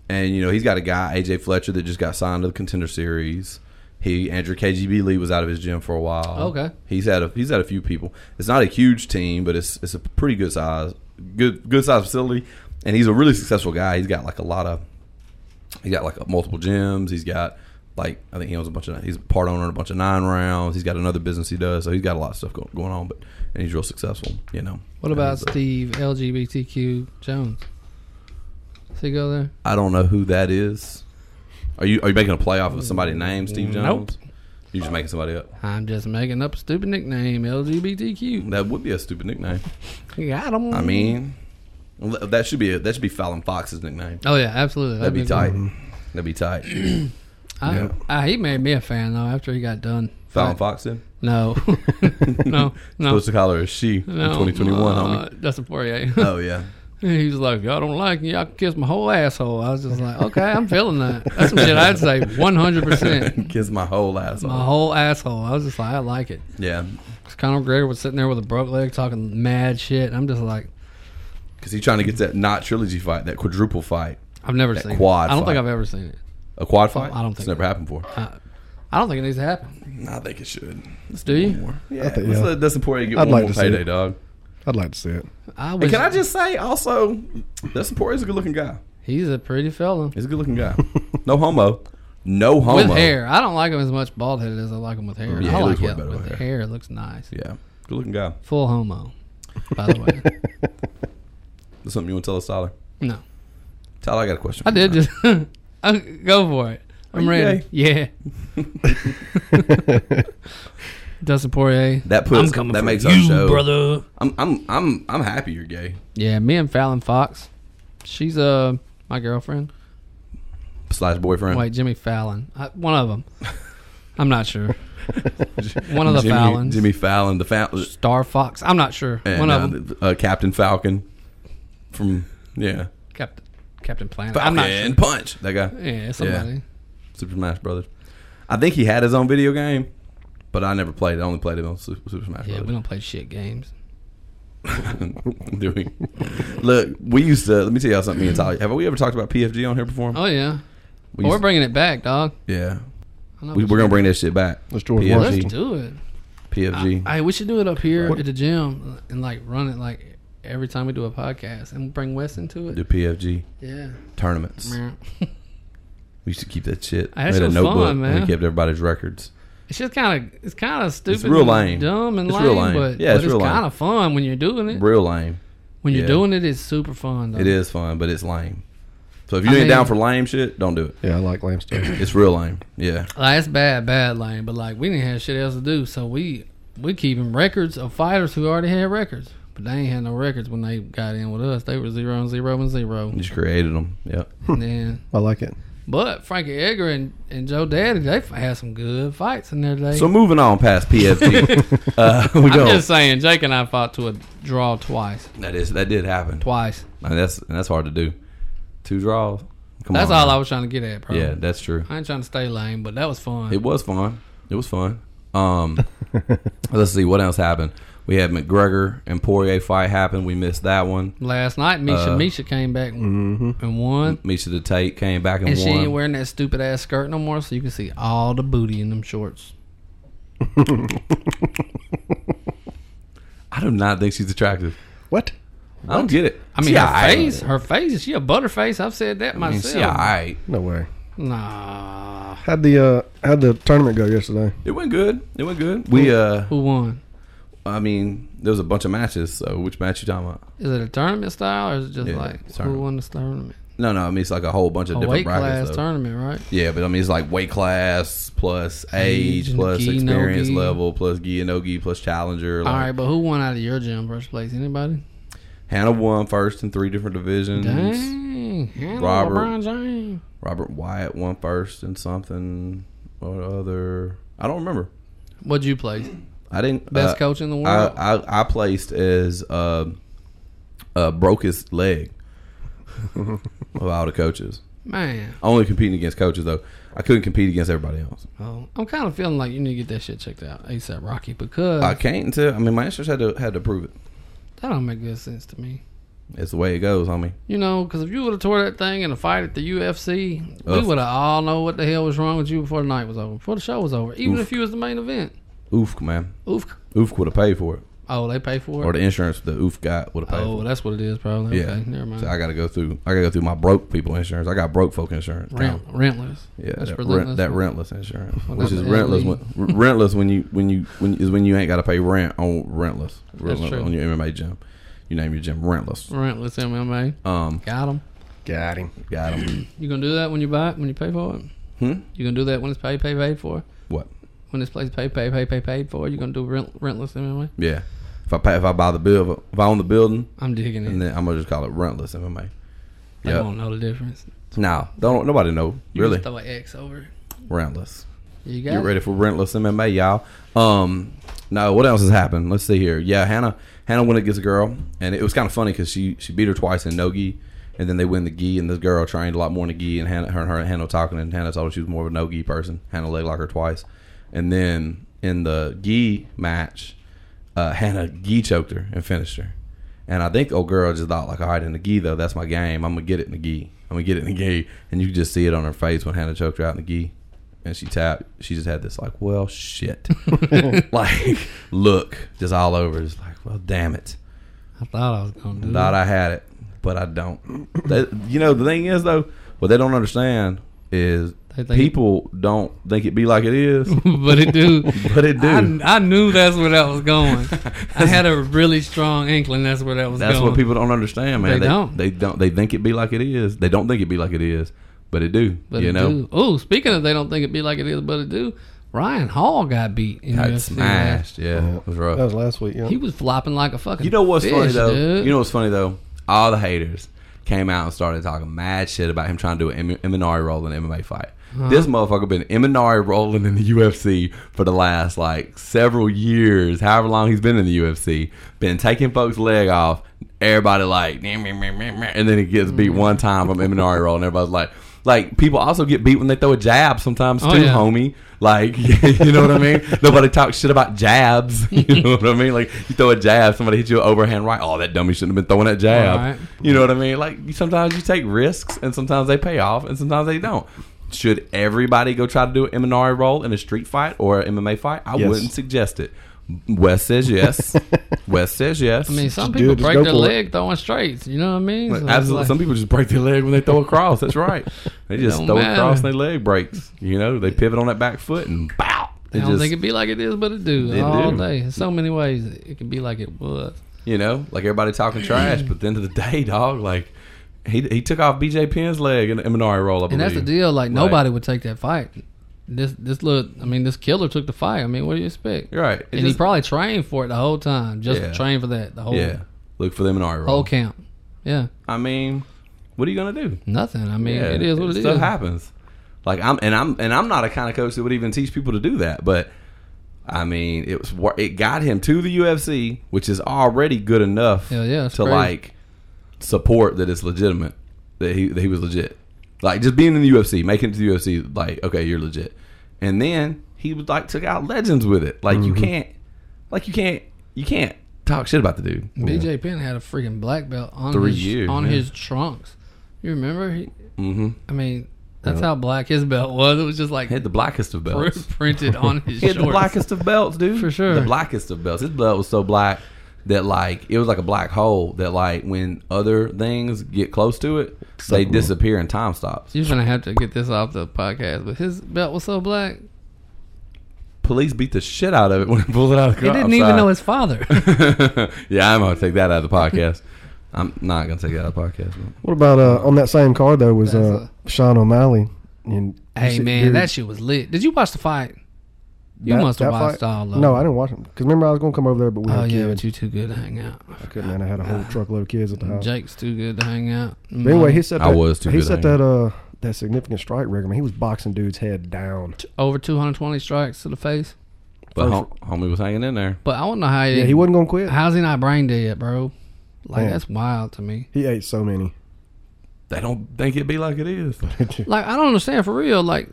[SPEAKER 3] And you know, he's got a guy AJ Fletcher that just got signed to the Contender Series. He Andrew KGB Lee was out of his gym for a while.
[SPEAKER 4] Okay.
[SPEAKER 3] he's had a he's had a few people. It's not a huge team, but it's it's a pretty good size good good size facility. And he's a really successful guy. He's got like a lot of he got like multiple gyms. He's got like I think he owns a bunch of he's part owner in a bunch of nine rounds. He's got another business he does, so he's got a lot of stuff go- going on. But and he's real successful, you know. And
[SPEAKER 4] What about
[SPEAKER 3] he's a-
[SPEAKER 4] Steve LGBTQ Jones? Does he go there?
[SPEAKER 3] I don't know who that is. Are you are you making a playoff of somebody named Steve
[SPEAKER 4] Nope.
[SPEAKER 3] Jones? You're just making somebody up.
[SPEAKER 4] I'm just making up a stupid nickname, LGBTQ.
[SPEAKER 3] That would be a stupid nickname.
[SPEAKER 4] Got him.
[SPEAKER 3] I mean, Well, That should be a, that should be Fallon Fox's nickname.
[SPEAKER 4] Oh yeah, absolutely.
[SPEAKER 3] That'd be
[SPEAKER 4] That'd be
[SPEAKER 3] tight. That'd be tight.
[SPEAKER 4] cool. I,
[SPEAKER 3] Yeah.
[SPEAKER 4] I, he made me a fan though after he got done.
[SPEAKER 3] Fallon Fox then?
[SPEAKER 4] No, no, no.
[SPEAKER 3] Supposed to call her a she
[SPEAKER 4] No,
[SPEAKER 3] in 2021,
[SPEAKER 4] uh,
[SPEAKER 3] homie.
[SPEAKER 4] That's a Poirier.
[SPEAKER 3] Oh yeah.
[SPEAKER 4] he was like, "Y'all don't like me. Y'all can kiss my whole asshole." I was just like, "Okay, I'm feeling that." That's some shit I'd say 100, percent
[SPEAKER 3] Kiss my whole asshole.
[SPEAKER 4] my whole asshole. I was just like, "I like it."
[SPEAKER 3] yeah,
[SPEAKER 4] 'Cause Conor McGregor was sitting there with a broke leg, talking mad shit. I'm just like,
[SPEAKER 3] because he's trying to get that not trilogy fight, that quadruple fight,
[SPEAKER 4] I've never
[SPEAKER 3] That
[SPEAKER 4] seen.
[SPEAKER 3] quad
[SPEAKER 4] it. I don't
[SPEAKER 3] fight.
[SPEAKER 4] think I've ever seen it.
[SPEAKER 3] a quad fight.
[SPEAKER 4] I don't
[SPEAKER 3] it's
[SPEAKER 4] think
[SPEAKER 3] never happened before.
[SPEAKER 4] I, I don't think it needs to happen.
[SPEAKER 3] I think it should. Let's
[SPEAKER 4] Do you?
[SPEAKER 3] more. Yeah,
[SPEAKER 5] think-
[SPEAKER 3] let's
[SPEAKER 5] yeah.
[SPEAKER 3] let Dustin Poirier get
[SPEAKER 5] I'd
[SPEAKER 3] one
[SPEAKER 5] like
[SPEAKER 3] more
[SPEAKER 5] to see it.
[SPEAKER 3] payday, dog.
[SPEAKER 5] I'd like to see it.
[SPEAKER 4] I
[SPEAKER 3] And
[SPEAKER 4] was.
[SPEAKER 3] can I just say also, Dustin Poirier's a good looking guy.
[SPEAKER 4] He's a pretty fella.
[SPEAKER 3] He's a good looking guy. no homo. No homo.
[SPEAKER 4] With hair, I don't like him as much bald headed as I like him with
[SPEAKER 3] Yeah,
[SPEAKER 4] hair. I
[SPEAKER 3] he
[SPEAKER 4] like
[SPEAKER 3] looks way
[SPEAKER 4] him
[SPEAKER 3] better
[SPEAKER 4] with
[SPEAKER 3] with
[SPEAKER 4] hair.
[SPEAKER 3] hair.
[SPEAKER 4] It looks nice.
[SPEAKER 3] Yeah, good looking guy.
[SPEAKER 4] Full homo, by the way.
[SPEAKER 3] There's something you want to tell us, Tyler?
[SPEAKER 4] No,
[SPEAKER 3] Tyler, I got a question.
[SPEAKER 4] I
[SPEAKER 3] for
[SPEAKER 4] did
[SPEAKER 3] you.
[SPEAKER 4] just I- go for it. I'm
[SPEAKER 3] you
[SPEAKER 4] ready.
[SPEAKER 3] gay?
[SPEAKER 4] Yeah. Dustin Poirier.
[SPEAKER 3] That puts.
[SPEAKER 4] I'm coming
[SPEAKER 3] that
[SPEAKER 4] for
[SPEAKER 3] makes
[SPEAKER 4] you,
[SPEAKER 3] our show.
[SPEAKER 4] brother.
[SPEAKER 3] I'm. I'm. I'm. I'm happy you're gay.
[SPEAKER 4] Yeah, me and Fallon Fox. She's uh my girlfriend.
[SPEAKER 3] Slash boyfriend.
[SPEAKER 4] Wait, Jimmy Fallon. I, one of them. I'm not sure. one of the
[SPEAKER 3] Jimmy,
[SPEAKER 4] Fallons.
[SPEAKER 3] Jimmy Fallon. The Fallon.
[SPEAKER 4] Star Fox. I'm not sure. one of them.
[SPEAKER 3] Uh, Captain Falcon. From yeah.
[SPEAKER 4] Captain Captain Planet.
[SPEAKER 3] Falcon
[SPEAKER 4] I'm not sure.
[SPEAKER 3] Punch. That guy.
[SPEAKER 4] Yeah, somebody.
[SPEAKER 3] Super Smash Brothers. I think he had his own video game, but I never played. it. I only played it on Su- Super Smash
[SPEAKER 4] Yeah, we
[SPEAKER 3] Brothers.
[SPEAKER 4] don't play shit games.
[SPEAKER 3] Do we? Look, we used to. Let me tell y'all something. Me and Tyler. Have we ever talked about PFG on here before?
[SPEAKER 4] Oh yeah,
[SPEAKER 3] we
[SPEAKER 4] well, we're
[SPEAKER 3] used-
[SPEAKER 4] bringing it back, dog.
[SPEAKER 3] yeah.
[SPEAKER 4] I know
[SPEAKER 3] We,
[SPEAKER 4] what
[SPEAKER 3] we're
[SPEAKER 4] you-
[SPEAKER 3] gonna bring that shit back.
[SPEAKER 5] Let's George
[SPEAKER 3] PFG.
[SPEAKER 4] Let's
[SPEAKER 5] Washington.
[SPEAKER 4] do it.
[SPEAKER 3] PFG.
[SPEAKER 4] Hey, we should do it up here at the gym and like run it like every time we do a podcast and bring Wes into it.
[SPEAKER 3] do PFG
[SPEAKER 4] Yeah,
[SPEAKER 3] tournaments.
[SPEAKER 4] man.
[SPEAKER 3] We used to keep that shit.
[SPEAKER 4] Hey, that
[SPEAKER 3] we had a
[SPEAKER 4] shit was fun,
[SPEAKER 3] notebook and
[SPEAKER 4] man.
[SPEAKER 3] we kept everybody's records.
[SPEAKER 4] it's just kind of it's kind of stupid,
[SPEAKER 3] real
[SPEAKER 4] and
[SPEAKER 3] lame.
[SPEAKER 4] dumb and
[SPEAKER 3] It's
[SPEAKER 4] lame,
[SPEAKER 3] real lame.
[SPEAKER 4] But,
[SPEAKER 3] Yeah,
[SPEAKER 4] but
[SPEAKER 3] it's
[SPEAKER 4] it's,
[SPEAKER 3] real lame.
[SPEAKER 4] kind of fun when you're doing it.
[SPEAKER 3] Real lame.
[SPEAKER 4] When you're
[SPEAKER 3] yeah.
[SPEAKER 4] doing it, it's super fun. Though.
[SPEAKER 3] It is fun, but it's lame. So if you
[SPEAKER 4] I
[SPEAKER 3] ain't
[SPEAKER 4] mean-
[SPEAKER 3] down for lame shit, don't do it.
[SPEAKER 5] Yeah, I like lamb stuff.
[SPEAKER 3] It's real lame. Yeah.
[SPEAKER 4] Like, it's bad, bad lame. But like we didn't have shit else to do, so we we keeping records of fighters who already had records, but they ain't had no records when they got in with us. They were zero and zero and zero.
[SPEAKER 3] You just created them. Yep.
[SPEAKER 4] and then
[SPEAKER 5] I like it.
[SPEAKER 4] But Frankie Edgar and, and Joe Daddy, they f- had some good fights in their day.
[SPEAKER 3] So moving on past PFG, uh, we
[SPEAKER 4] I'm
[SPEAKER 3] go.
[SPEAKER 4] just saying, Jake and I fought to a draw twice.
[SPEAKER 3] That is that did happen.
[SPEAKER 4] Twice.
[SPEAKER 3] And that's and that's hard to do. Two draws. Come
[SPEAKER 4] That's
[SPEAKER 3] on.
[SPEAKER 4] all
[SPEAKER 3] man.
[SPEAKER 4] I was trying to get at, bro.
[SPEAKER 3] Yeah, that's true.
[SPEAKER 4] I ain't trying to stay lame, but that was fun.
[SPEAKER 3] It was fun. It was fun. Um, let's see what else happened. We had McGregor and Poirier fight happen. We missed that one.
[SPEAKER 4] Last night, Misha
[SPEAKER 3] Uh,
[SPEAKER 4] Misha came back and won,
[SPEAKER 3] Misha the Tate came back and,
[SPEAKER 4] and she
[SPEAKER 3] mm-hmm. won.
[SPEAKER 4] ain't wearing that stupid ass skirt no more, so you can see all the booty in them shorts.
[SPEAKER 3] I do not think she's attractive.
[SPEAKER 5] What?
[SPEAKER 3] I don't get it.
[SPEAKER 4] I mean,
[SPEAKER 3] She
[SPEAKER 4] her
[SPEAKER 3] alright.
[SPEAKER 4] face, her face is she a butterface? I've said that
[SPEAKER 3] I mean,
[SPEAKER 4] myself.
[SPEAKER 3] she all right.
[SPEAKER 5] No way.
[SPEAKER 4] Nah,
[SPEAKER 5] How'd the uh, how'd the tournament go yesterday?
[SPEAKER 3] It went good. It went good. We uh,
[SPEAKER 4] who won?
[SPEAKER 3] I mean, there was a bunch of matches. So which match you talking about?
[SPEAKER 4] Is it a tournament style, or is it just
[SPEAKER 3] Yeah,
[SPEAKER 4] like
[SPEAKER 3] tournament.
[SPEAKER 4] who won this tournament?
[SPEAKER 3] No, no. I mean, it's like a whole bunch of
[SPEAKER 4] A
[SPEAKER 3] different
[SPEAKER 4] weight
[SPEAKER 3] brackets.
[SPEAKER 4] class
[SPEAKER 3] though.
[SPEAKER 4] tournament, right?
[SPEAKER 3] Yeah, but I mean, it's like weight class plus
[SPEAKER 4] Age
[SPEAKER 3] age
[SPEAKER 4] and
[SPEAKER 3] plus
[SPEAKER 4] gi, no
[SPEAKER 3] experience
[SPEAKER 4] gi.
[SPEAKER 3] level plus gi and no gi plus challenger. Like,
[SPEAKER 4] All right, but who won out of your gym first place? Anybody?
[SPEAKER 3] Hannah won first in three different divisions.
[SPEAKER 4] Dang, Hannah,
[SPEAKER 3] Robert.
[SPEAKER 4] LeBron James.
[SPEAKER 3] Robert Wyatt won first in something or other. I don't remember.
[SPEAKER 4] What'd you place?
[SPEAKER 3] I didn't.
[SPEAKER 4] Best
[SPEAKER 3] uh,
[SPEAKER 4] coach in the
[SPEAKER 3] I,
[SPEAKER 4] world.
[SPEAKER 3] I, I placed as uh, uh, broke his leg of all the coaches.
[SPEAKER 4] Man,
[SPEAKER 3] Only competing against coaches though. I couldn't compete against everybody else.
[SPEAKER 4] oh, I'm kind of feeling like you need to get that shit checked out ASAP, Rocky, because
[SPEAKER 3] I can't until I mean my insurance had to had to prove it.
[SPEAKER 4] that don't make good sense to me.
[SPEAKER 3] It's the way it goes, homie.
[SPEAKER 4] You know, because if you would have tore that thing in a fight at the UFC, we
[SPEAKER 3] Oof.
[SPEAKER 4] would have all know what the hell was wrong with you before the night was over, before the show was over, even
[SPEAKER 3] Oof.
[SPEAKER 4] if you was the main event.
[SPEAKER 3] Oof, man.
[SPEAKER 4] Oof.
[SPEAKER 3] Oof would have paid for it,
[SPEAKER 4] Oh, they pay for
[SPEAKER 3] or
[SPEAKER 4] it.
[SPEAKER 3] the insurance the Oof guy would have paid
[SPEAKER 4] Oh,
[SPEAKER 3] for. it.
[SPEAKER 4] that's what it is, probably.
[SPEAKER 3] Yeah,
[SPEAKER 4] Okay, never mind.
[SPEAKER 3] So I got to go through. I got to go through my broke people insurance. I got broke folk insurance.
[SPEAKER 4] Rent, rentless.
[SPEAKER 3] Yeah,
[SPEAKER 4] that's
[SPEAKER 3] that, rent,
[SPEAKER 4] relentless.
[SPEAKER 3] that rentless insurance,
[SPEAKER 4] Well,
[SPEAKER 3] which
[SPEAKER 4] that's
[SPEAKER 3] is
[SPEAKER 4] the
[SPEAKER 3] rentless.
[SPEAKER 4] LE.
[SPEAKER 3] When, r- rentless when you when you when is when you ain't got to pay rent on rentless, rentless
[SPEAKER 4] true.
[SPEAKER 3] on your MMA gym. You name your gym rentless.
[SPEAKER 4] rentless MMA.
[SPEAKER 3] Um,
[SPEAKER 4] Got him.
[SPEAKER 5] Got him.
[SPEAKER 3] got 'em.
[SPEAKER 4] You gonna do that when you buy it, when you pay for it?
[SPEAKER 3] Hmm?
[SPEAKER 4] You gonna do that when it's paid, paid, paid for?
[SPEAKER 3] What?
[SPEAKER 4] When this place paid, paid, paid, paid, paid for? You gonna do rent, rentless MMA?
[SPEAKER 3] Yeah, If I pay, if I buy the bill, if I own the building,
[SPEAKER 4] I'm digging
[SPEAKER 3] and
[SPEAKER 4] it.
[SPEAKER 3] then I'm gonna just call it rentless MMA.
[SPEAKER 4] They
[SPEAKER 3] Yeah.
[SPEAKER 4] won't know the difference.
[SPEAKER 3] Nah, don't nobody know
[SPEAKER 4] You
[SPEAKER 3] really
[SPEAKER 4] Just throw an X over it.
[SPEAKER 3] rentless.
[SPEAKER 4] You got
[SPEAKER 3] Get
[SPEAKER 4] it?
[SPEAKER 3] ready for rentless MMA, y'all. Um, no, what else has happened? Let's see here. Yeah, Hannah Hannah went against a girl, and it was kind of funny because she she beat her twice in no gi, and then they win the gi, and this girl trained a lot more in the gi, and Hannah her and her and Hannah talking, and Hannah told her she was more of a no gi person. Hannah leg locked her twice, and then in the gi match, uh, Hannah gi choked her and finished her. And I think old girl just thought like, all right, in the gi though, that's my game. I'm gonna get it in the gi. I'm gonna get it in the gi. And you could just see it on her face when Hannah choked her out in the gi, and she tapped. She just had this like, well, shit, like look just all over, just like, well, damn it.
[SPEAKER 4] I thought I was gonna do
[SPEAKER 3] Thought
[SPEAKER 4] it.
[SPEAKER 3] I had it, but I don't. They, you know the thing is though, what they don't understand is
[SPEAKER 4] They think-
[SPEAKER 3] people don't think it be like it is,
[SPEAKER 4] but it do.
[SPEAKER 3] but it do.
[SPEAKER 4] I, I knew that's where that was going. I had a really strong inkling that's where that was
[SPEAKER 3] That's
[SPEAKER 4] going.
[SPEAKER 3] what people don't understand, man.
[SPEAKER 4] They don't.
[SPEAKER 3] They don't. They think it be like it is. They don't think it be like it is, but it do.
[SPEAKER 4] But
[SPEAKER 3] you
[SPEAKER 4] it
[SPEAKER 3] know,
[SPEAKER 4] do. Oh, speaking of, they don't think it be like it is, but it do. Ryan Hall got beat. In
[SPEAKER 3] got
[SPEAKER 4] UFC last-
[SPEAKER 3] smashed. Yeah, it was rough.
[SPEAKER 5] That was last week. Yeah.
[SPEAKER 4] He was flopping like a fucking.
[SPEAKER 3] you know what's funny
[SPEAKER 4] fish,
[SPEAKER 3] though?
[SPEAKER 4] dude.
[SPEAKER 3] You know what's funny though? All the haters came out and started talking mad shit about him trying to do an M- Eminari roll in an MMA fight. This motherfucker been Eminari rolling in the UFC for the last like several years, however long he's been in the UFC. Been taking folks' leg off. Everybody like, "Meh, meh, meh, meh, meh," and then he gets beat one time from Eminari roll, and everybody's like. Like people also get beat when they throw a jab sometimes
[SPEAKER 4] Oh,
[SPEAKER 3] too,
[SPEAKER 4] yeah.
[SPEAKER 3] homie. Like you know what I mean? Nobody talks shit about jabs. You know what I mean? Like you throw a jab, somebody hits you an overhand right. Oh, that dummy shouldn't have been throwing that jab.
[SPEAKER 4] Right.
[SPEAKER 3] You know what I mean? Like you- sometimes you take risks, and sometimes they pay off, and sometimes they don't. Should everybody go try to do an Eminari roll in a street fight or an MMA fight? I
[SPEAKER 5] Yes.
[SPEAKER 3] wouldn't suggest it. Wes says yes. Wes says yes.
[SPEAKER 4] I mean, some
[SPEAKER 5] do
[SPEAKER 4] people
[SPEAKER 5] it, just
[SPEAKER 4] break
[SPEAKER 5] go
[SPEAKER 4] their
[SPEAKER 5] for it.
[SPEAKER 4] leg throwing straights. You know what I mean? So it's
[SPEAKER 3] Absolutely.
[SPEAKER 4] like-
[SPEAKER 3] Some people just break their leg when they throw across. That's right. They just
[SPEAKER 4] don't
[SPEAKER 3] throw
[SPEAKER 4] matter.
[SPEAKER 3] across and their leg breaks. You know, they pivot on that back foot and bow.
[SPEAKER 4] I
[SPEAKER 3] They
[SPEAKER 4] don't
[SPEAKER 3] just,
[SPEAKER 4] think it be like it is, but it do
[SPEAKER 3] It
[SPEAKER 4] all
[SPEAKER 3] do.
[SPEAKER 4] day. In so many ways, it can be like it was.
[SPEAKER 3] you know, like everybody talking trash, but at the end of the day, dog, like he he took off BJ Penn's leg in the Minari roll, I believe.
[SPEAKER 4] And that's the deal. Like nobody would take that fight. This this look. I mean, this killer took the fight. I mean, what do you expect?
[SPEAKER 3] You're right. It
[SPEAKER 4] and he
[SPEAKER 3] just-
[SPEAKER 4] probably trained for it the whole time. Just
[SPEAKER 3] Yeah.
[SPEAKER 4] trained for that the whole
[SPEAKER 3] yeah. Look for the Minari roll.
[SPEAKER 4] whole camp. Yeah,
[SPEAKER 3] I mean, what are you gonna do?
[SPEAKER 4] nothing. I mean,
[SPEAKER 3] Yeah,
[SPEAKER 4] it is what it is.
[SPEAKER 3] Stuff happens. Like I'm, and I'm, and I'm not a kind of coach that would even teach people to do that. But I mean, it was wor- it got him to the UFC, which is already good enough.
[SPEAKER 4] Hell yeah, it's
[SPEAKER 3] to
[SPEAKER 4] crazy.
[SPEAKER 3] like support that it's legitimate that he that he was legit. Like just being in the UFC, making it to the UFC, like okay, you're legit. And then he was like took out legends with it. Like
[SPEAKER 4] Mm-hmm.
[SPEAKER 3] you can't, like you can't, you can't talk shit about the dude.
[SPEAKER 4] BJ Penn had a freaking black belt on
[SPEAKER 3] Three
[SPEAKER 4] his
[SPEAKER 3] years,
[SPEAKER 4] on
[SPEAKER 3] yeah.
[SPEAKER 4] his trunks. You remember? He,
[SPEAKER 3] Mm-hmm.
[SPEAKER 4] I mean, that's how black his belt was. It was just like
[SPEAKER 3] He had the blackest of
[SPEAKER 4] pr-
[SPEAKER 3] belts.
[SPEAKER 4] printed on his
[SPEAKER 3] He had
[SPEAKER 4] shorts.
[SPEAKER 3] the blackest of belts, dude.
[SPEAKER 4] For sure.
[SPEAKER 3] The blackest of belts. His belt was so black that like it was like a black hole that like when other things get close to it, they disappear and time stops.
[SPEAKER 4] You're gonna have to get this off the podcast, but his belt was so black.
[SPEAKER 3] Police beat the shit out of it when it pulled it out of the
[SPEAKER 4] He
[SPEAKER 3] car.
[SPEAKER 4] didn't
[SPEAKER 3] I'm
[SPEAKER 4] even
[SPEAKER 3] sorry.
[SPEAKER 4] know his father.
[SPEAKER 3] yeah, I'm gonna take that out of the podcast. I'm not gonna take that out of the podcast.
[SPEAKER 5] What about uh, on that same card though was
[SPEAKER 4] That's
[SPEAKER 5] uh, Sean O'Malley? And
[SPEAKER 4] hey
[SPEAKER 5] Dude,
[SPEAKER 4] man, that shit was lit. Did you watch the fight? You
[SPEAKER 5] that-
[SPEAKER 4] must have
[SPEAKER 5] that
[SPEAKER 4] watched
[SPEAKER 5] fight-
[SPEAKER 4] all of
[SPEAKER 5] No,
[SPEAKER 4] it.
[SPEAKER 5] I didn't watch him because remember I was gonna come over there, but we
[SPEAKER 4] Oh
[SPEAKER 5] had
[SPEAKER 4] yeah,
[SPEAKER 5] kids.
[SPEAKER 4] but you too good to hang out.
[SPEAKER 5] I couldn't, and I had a whole truckload of kids at the house.
[SPEAKER 4] Jake's too good to hang out. Mm,
[SPEAKER 5] But anyway, he set. That,
[SPEAKER 3] I was too
[SPEAKER 5] He
[SPEAKER 3] good
[SPEAKER 5] set
[SPEAKER 3] at
[SPEAKER 5] that uh that significant strike record. Man, he was boxing dude's head down.
[SPEAKER 4] over 220 strikes to the face.
[SPEAKER 3] But hom-
[SPEAKER 5] First-
[SPEAKER 3] homie was hanging in there.
[SPEAKER 4] But I don't know how he,
[SPEAKER 5] Yeah, he wasn't gonna quit.
[SPEAKER 4] How's he not brain dead, bro? Like
[SPEAKER 5] Man.
[SPEAKER 4] that's wild to me.
[SPEAKER 5] He ate so many.
[SPEAKER 3] They don't think it be like it is.
[SPEAKER 4] Like I don't understand for real. Like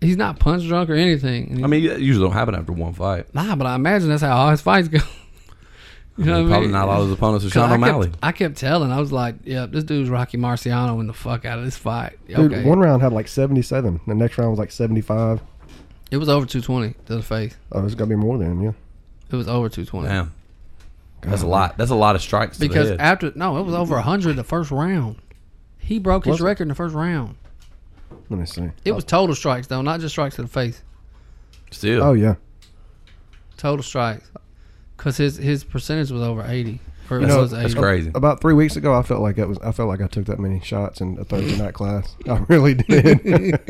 [SPEAKER 4] he's not punch drunk or anything. And he-
[SPEAKER 3] I mean, that usually don't happen after one fight.
[SPEAKER 4] nah, but I imagine that's how all his fights go. you know what I
[SPEAKER 3] Probably
[SPEAKER 4] mean?
[SPEAKER 3] not all his opponents are
[SPEAKER 4] 'Cause
[SPEAKER 3] Sean
[SPEAKER 4] I
[SPEAKER 3] O'Malley.
[SPEAKER 4] Kept, I kept telling. I was like, "Yep, this dude's Rocky Marciano in the fuck out of this fight."
[SPEAKER 5] Dude,
[SPEAKER 4] Okay,
[SPEAKER 5] one round had like seventy-seven. The next round was like seventy-five.
[SPEAKER 4] it was over 220 to the face.
[SPEAKER 5] Oh, it's gotta be more than yeah.
[SPEAKER 4] It was over 220
[SPEAKER 3] Damn, that's a lot. That's a lot of strikes. to the
[SPEAKER 4] because
[SPEAKER 3] head.
[SPEAKER 4] after no, it was over 100 the first round. He broke his
[SPEAKER 5] Was it? Oh.
[SPEAKER 4] record in the first round.
[SPEAKER 5] Let me see.
[SPEAKER 4] It was total strikes though, not just strikes to the face.
[SPEAKER 3] still,
[SPEAKER 5] Oh yeah,
[SPEAKER 4] Total strikes, because his his percentage was over 80. For
[SPEAKER 5] You know,
[SPEAKER 4] us
[SPEAKER 5] that's
[SPEAKER 4] Asians.
[SPEAKER 3] crazy.
[SPEAKER 5] About three weeks ago, I felt like it was. I felt like I took that many shots in a Thursday night class. I really did.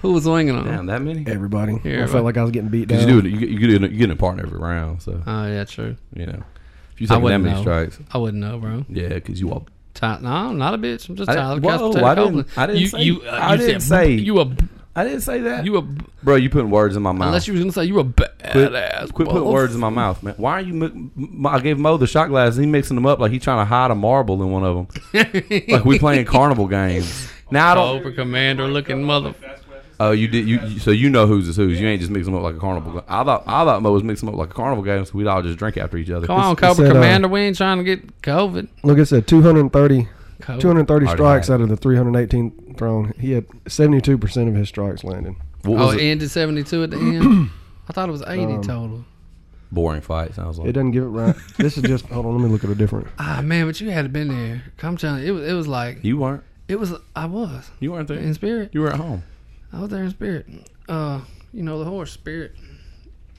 [SPEAKER 4] Who was swinging on?
[SPEAKER 3] Damn, that many?
[SPEAKER 5] Everybody, I
[SPEAKER 4] Everybody.
[SPEAKER 5] felt like I was getting beat down.
[SPEAKER 3] Because you do it, you, get- you get in, a- you get in a partner every round, so
[SPEAKER 4] Oh yeah, true.
[SPEAKER 3] you know if you take
[SPEAKER 4] I
[SPEAKER 3] that
[SPEAKER 4] wouldn't
[SPEAKER 3] many
[SPEAKER 4] know.
[SPEAKER 3] strikes,
[SPEAKER 4] I wouldn't know, bro.
[SPEAKER 3] yeah, because you all
[SPEAKER 4] Ty- no, I'm not a bitch. I'm just
[SPEAKER 3] I didn't-
[SPEAKER 4] Tyler
[SPEAKER 3] whoa,
[SPEAKER 4] Castle.
[SPEAKER 3] I didn't- I didn't
[SPEAKER 4] you,
[SPEAKER 3] say-
[SPEAKER 4] you, uh,
[SPEAKER 3] I
[SPEAKER 4] you
[SPEAKER 3] didn't
[SPEAKER 4] said,
[SPEAKER 3] say-
[SPEAKER 4] you a
[SPEAKER 3] I didn't say that.
[SPEAKER 4] you a
[SPEAKER 3] bro, you putting words in my mouth.
[SPEAKER 4] unless you was gonna say you a badass.
[SPEAKER 3] quit, quit putting
[SPEAKER 4] motherf-
[SPEAKER 3] words in my mouth, man. Why are you? mi- m- I gave Mo the shot glass. and He mixing them up like he trying to hide a marble in one of them. like we playing carnival games. Now I don't.
[SPEAKER 4] Cobra Commander looking mother.
[SPEAKER 3] Oh, you did. You, you so you know who's is who's. You ain't just mixing them up like a carnival. ga- I thought I thought Mo was mixing them up like a carnival game, so we'd all just drink after each other.
[SPEAKER 4] Come on,
[SPEAKER 5] It
[SPEAKER 4] Cobra
[SPEAKER 5] said, uh,
[SPEAKER 4] Commander. we ain't trying to get COVID.
[SPEAKER 5] Look, it said 230,
[SPEAKER 4] COVID.
[SPEAKER 5] 230
[SPEAKER 3] Already
[SPEAKER 5] strikes
[SPEAKER 3] had
[SPEAKER 5] out of the 318 thrown. He had 72% of his strikes landed.
[SPEAKER 3] What
[SPEAKER 4] Oh,
[SPEAKER 3] was
[SPEAKER 4] it
[SPEAKER 3] it? Um,
[SPEAKER 4] ended 72 at the end. I thought it was 80 total.
[SPEAKER 3] Boring fight. Sounds
[SPEAKER 5] It
[SPEAKER 3] like.
[SPEAKER 5] doesn't give it right. this is just, hold on, let me look at a different.
[SPEAKER 4] Ah man, but you had been there. Come trying. It was. It was like
[SPEAKER 3] You weren't.
[SPEAKER 4] it was. I was
[SPEAKER 3] You weren't there.
[SPEAKER 4] in spirit.
[SPEAKER 3] You were at home.
[SPEAKER 4] I was there in spirit. Uh, you know the horse spirit.
[SPEAKER 3] Oh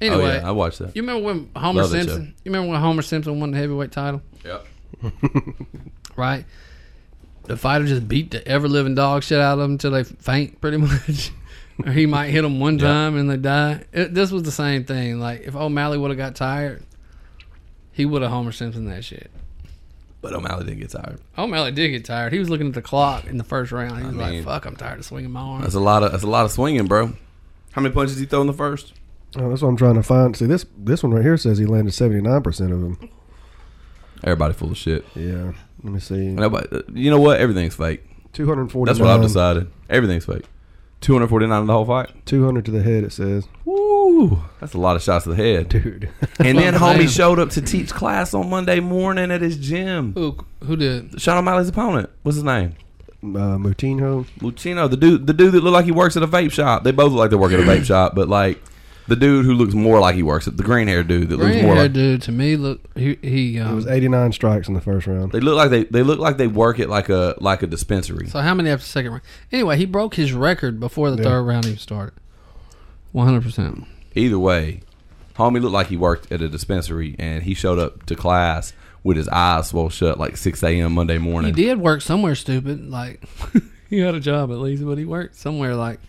[SPEAKER 4] Anyway,
[SPEAKER 3] yeah, I watched that.
[SPEAKER 4] You remember when Homer
[SPEAKER 3] Love that
[SPEAKER 4] Simpson?
[SPEAKER 3] show.
[SPEAKER 4] You remember when Homer Simpson won the heavyweight title,
[SPEAKER 3] Yep.
[SPEAKER 4] right? The fighter just beat the ever living dog shit out of them until they faint, pretty much. or he might hit them one time and they die. It, this was the same thing. Like if O'Malley would have got tired, he would have Homer Simpson that shit.
[SPEAKER 3] But O'Malley didn't get tired.
[SPEAKER 4] O'Malley did get tired. He was looking at the clock in the first round. He was
[SPEAKER 3] mean-
[SPEAKER 4] like, "Fuck, I'm tired of swinging my arm."
[SPEAKER 3] That's a lot of. That's a lot of swinging, bro. How many punches did he throw in the first?
[SPEAKER 5] Oh, that's what I'm trying to find. See, this this one right here says he landed 79% of them.
[SPEAKER 3] Everybody full of shit.
[SPEAKER 5] Yeah. Let me see.
[SPEAKER 3] Nobody, you know what? Everything's fake.
[SPEAKER 5] 249.
[SPEAKER 3] That's what I've decided. Everything's fake. 249 in the whole fight.
[SPEAKER 5] 200 to the head, it says.
[SPEAKER 3] Woo! That's a lot of shots to the head.
[SPEAKER 5] Dude.
[SPEAKER 3] And then
[SPEAKER 4] Fuck, damn.
[SPEAKER 3] homie showed up to teach class on Monday morning at his gym.
[SPEAKER 4] Who, who did?
[SPEAKER 3] Sean O'Malley's opponent. What's his name?
[SPEAKER 5] Uh, Moutinho.
[SPEAKER 3] Lucino, the dude, the dude that looked like he works at a vape shop. They both look like they work at a vape shop, but like the dude who looks more like he works at the green haired dude that looks
[SPEAKER 4] Green
[SPEAKER 3] more
[SPEAKER 4] hair
[SPEAKER 3] like
[SPEAKER 4] dude to me look he he
[SPEAKER 5] It
[SPEAKER 4] um,
[SPEAKER 5] was 89 strikes in the first round.
[SPEAKER 3] they look like they they look like they work at like a like a dispensary.
[SPEAKER 4] So how many after the second round? Anyway, he broke his record before the third round even started. One hundred percent.
[SPEAKER 3] Either way, homie looked like he worked at a dispensary, and he showed up to class with his eyes swole shut, like six a.m. Monday
[SPEAKER 4] He
[SPEAKER 3] morning.
[SPEAKER 4] did work somewhere stupid. Like he had a job at least, but he worked somewhere like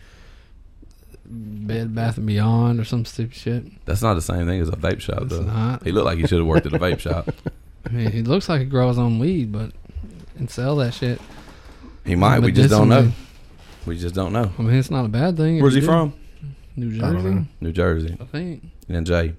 [SPEAKER 4] Bed Bath and Beyond or some stupid shit.
[SPEAKER 3] That's not the same thing as a vape shop, though.
[SPEAKER 4] not.
[SPEAKER 3] He looked like he should have worked at a vape shop.
[SPEAKER 4] I mean, he looks like he grows on weed, but and sell that shit.
[SPEAKER 3] He might. We just don't know.
[SPEAKER 4] Medicinally.
[SPEAKER 3] We just don't know.
[SPEAKER 4] I mean, it's not a bad thing. if
[SPEAKER 3] Where's
[SPEAKER 4] you
[SPEAKER 3] he
[SPEAKER 4] do.
[SPEAKER 3] from?
[SPEAKER 4] New Jersey,
[SPEAKER 5] I
[SPEAKER 4] I,
[SPEAKER 5] don't know.
[SPEAKER 3] New Jersey.
[SPEAKER 4] think.
[SPEAKER 3] NJ.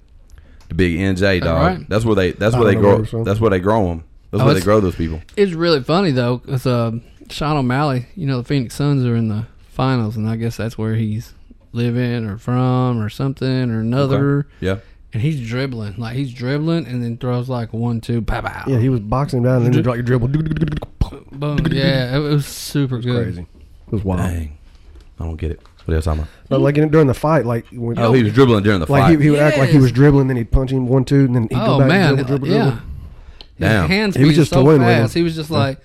[SPEAKER 3] The big NJ
[SPEAKER 4] All
[SPEAKER 3] dog.
[SPEAKER 4] right.
[SPEAKER 3] That's where they. That's
[SPEAKER 5] I
[SPEAKER 3] where they
[SPEAKER 5] don't know
[SPEAKER 3] grow.
[SPEAKER 5] where he's from.
[SPEAKER 3] That's where they grow them. That's
[SPEAKER 4] Oh,
[SPEAKER 3] where they
[SPEAKER 4] it's-
[SPEAKER 3] grow those people.
[SPEAKER 4] It's really funny though, because uh, Sean O'Malley, you know, the Phoenix Suns are in the finals, and I guess that's where he's living or from or something or another.
[SPEAKER 3] Yeah.
[SPEAKER 4] And he's dribbling, like he's dribbling, and then throws like one, two, pow, pow.
[SPEAKER 5] Yeah, he was boxing him down and then he dropped your dribble.
[SPEAKER 4] boom. Yeah, it, it was super good.
[SPEAKER 5] Crazy. It was wild.
[SPEAKER 3] Dang. I don't get it. What else am I?
[SPEAKER 5] But like in, during the fight, like when
[SPEAKER 3] Oh, he was dribbling during the
[SPEAKER 5] like
[SPEAKER 3] fight.
[SPEAKER 5] he, he would act like he
[SPEAKER 4] Yes.
[SPEAKER 5] was dribbling, then he'd punch him one two, and then he'd
[SPEAKER 4] Oh
[SPEAKER 5] go back
[SPEAKER 4] man,
[SPEAKER 5] and dribble, dribble,
[SPEAKER 4] yeah.
[SPEAKER 5] dribble.
[SPEAKER 4] His
[SPEAKER 3] Damn.
[SPEAKER 4] hands
[SPEAKER 5] He was
[SPEAKER 4] beat
[SPEAKER 5] just a
[SPEAKER 4] so
[SPEAKER 5] win with
[SPEAKER 4] fast.
[SPEAKER 5] him.
[SPEAKER 4] He was just like,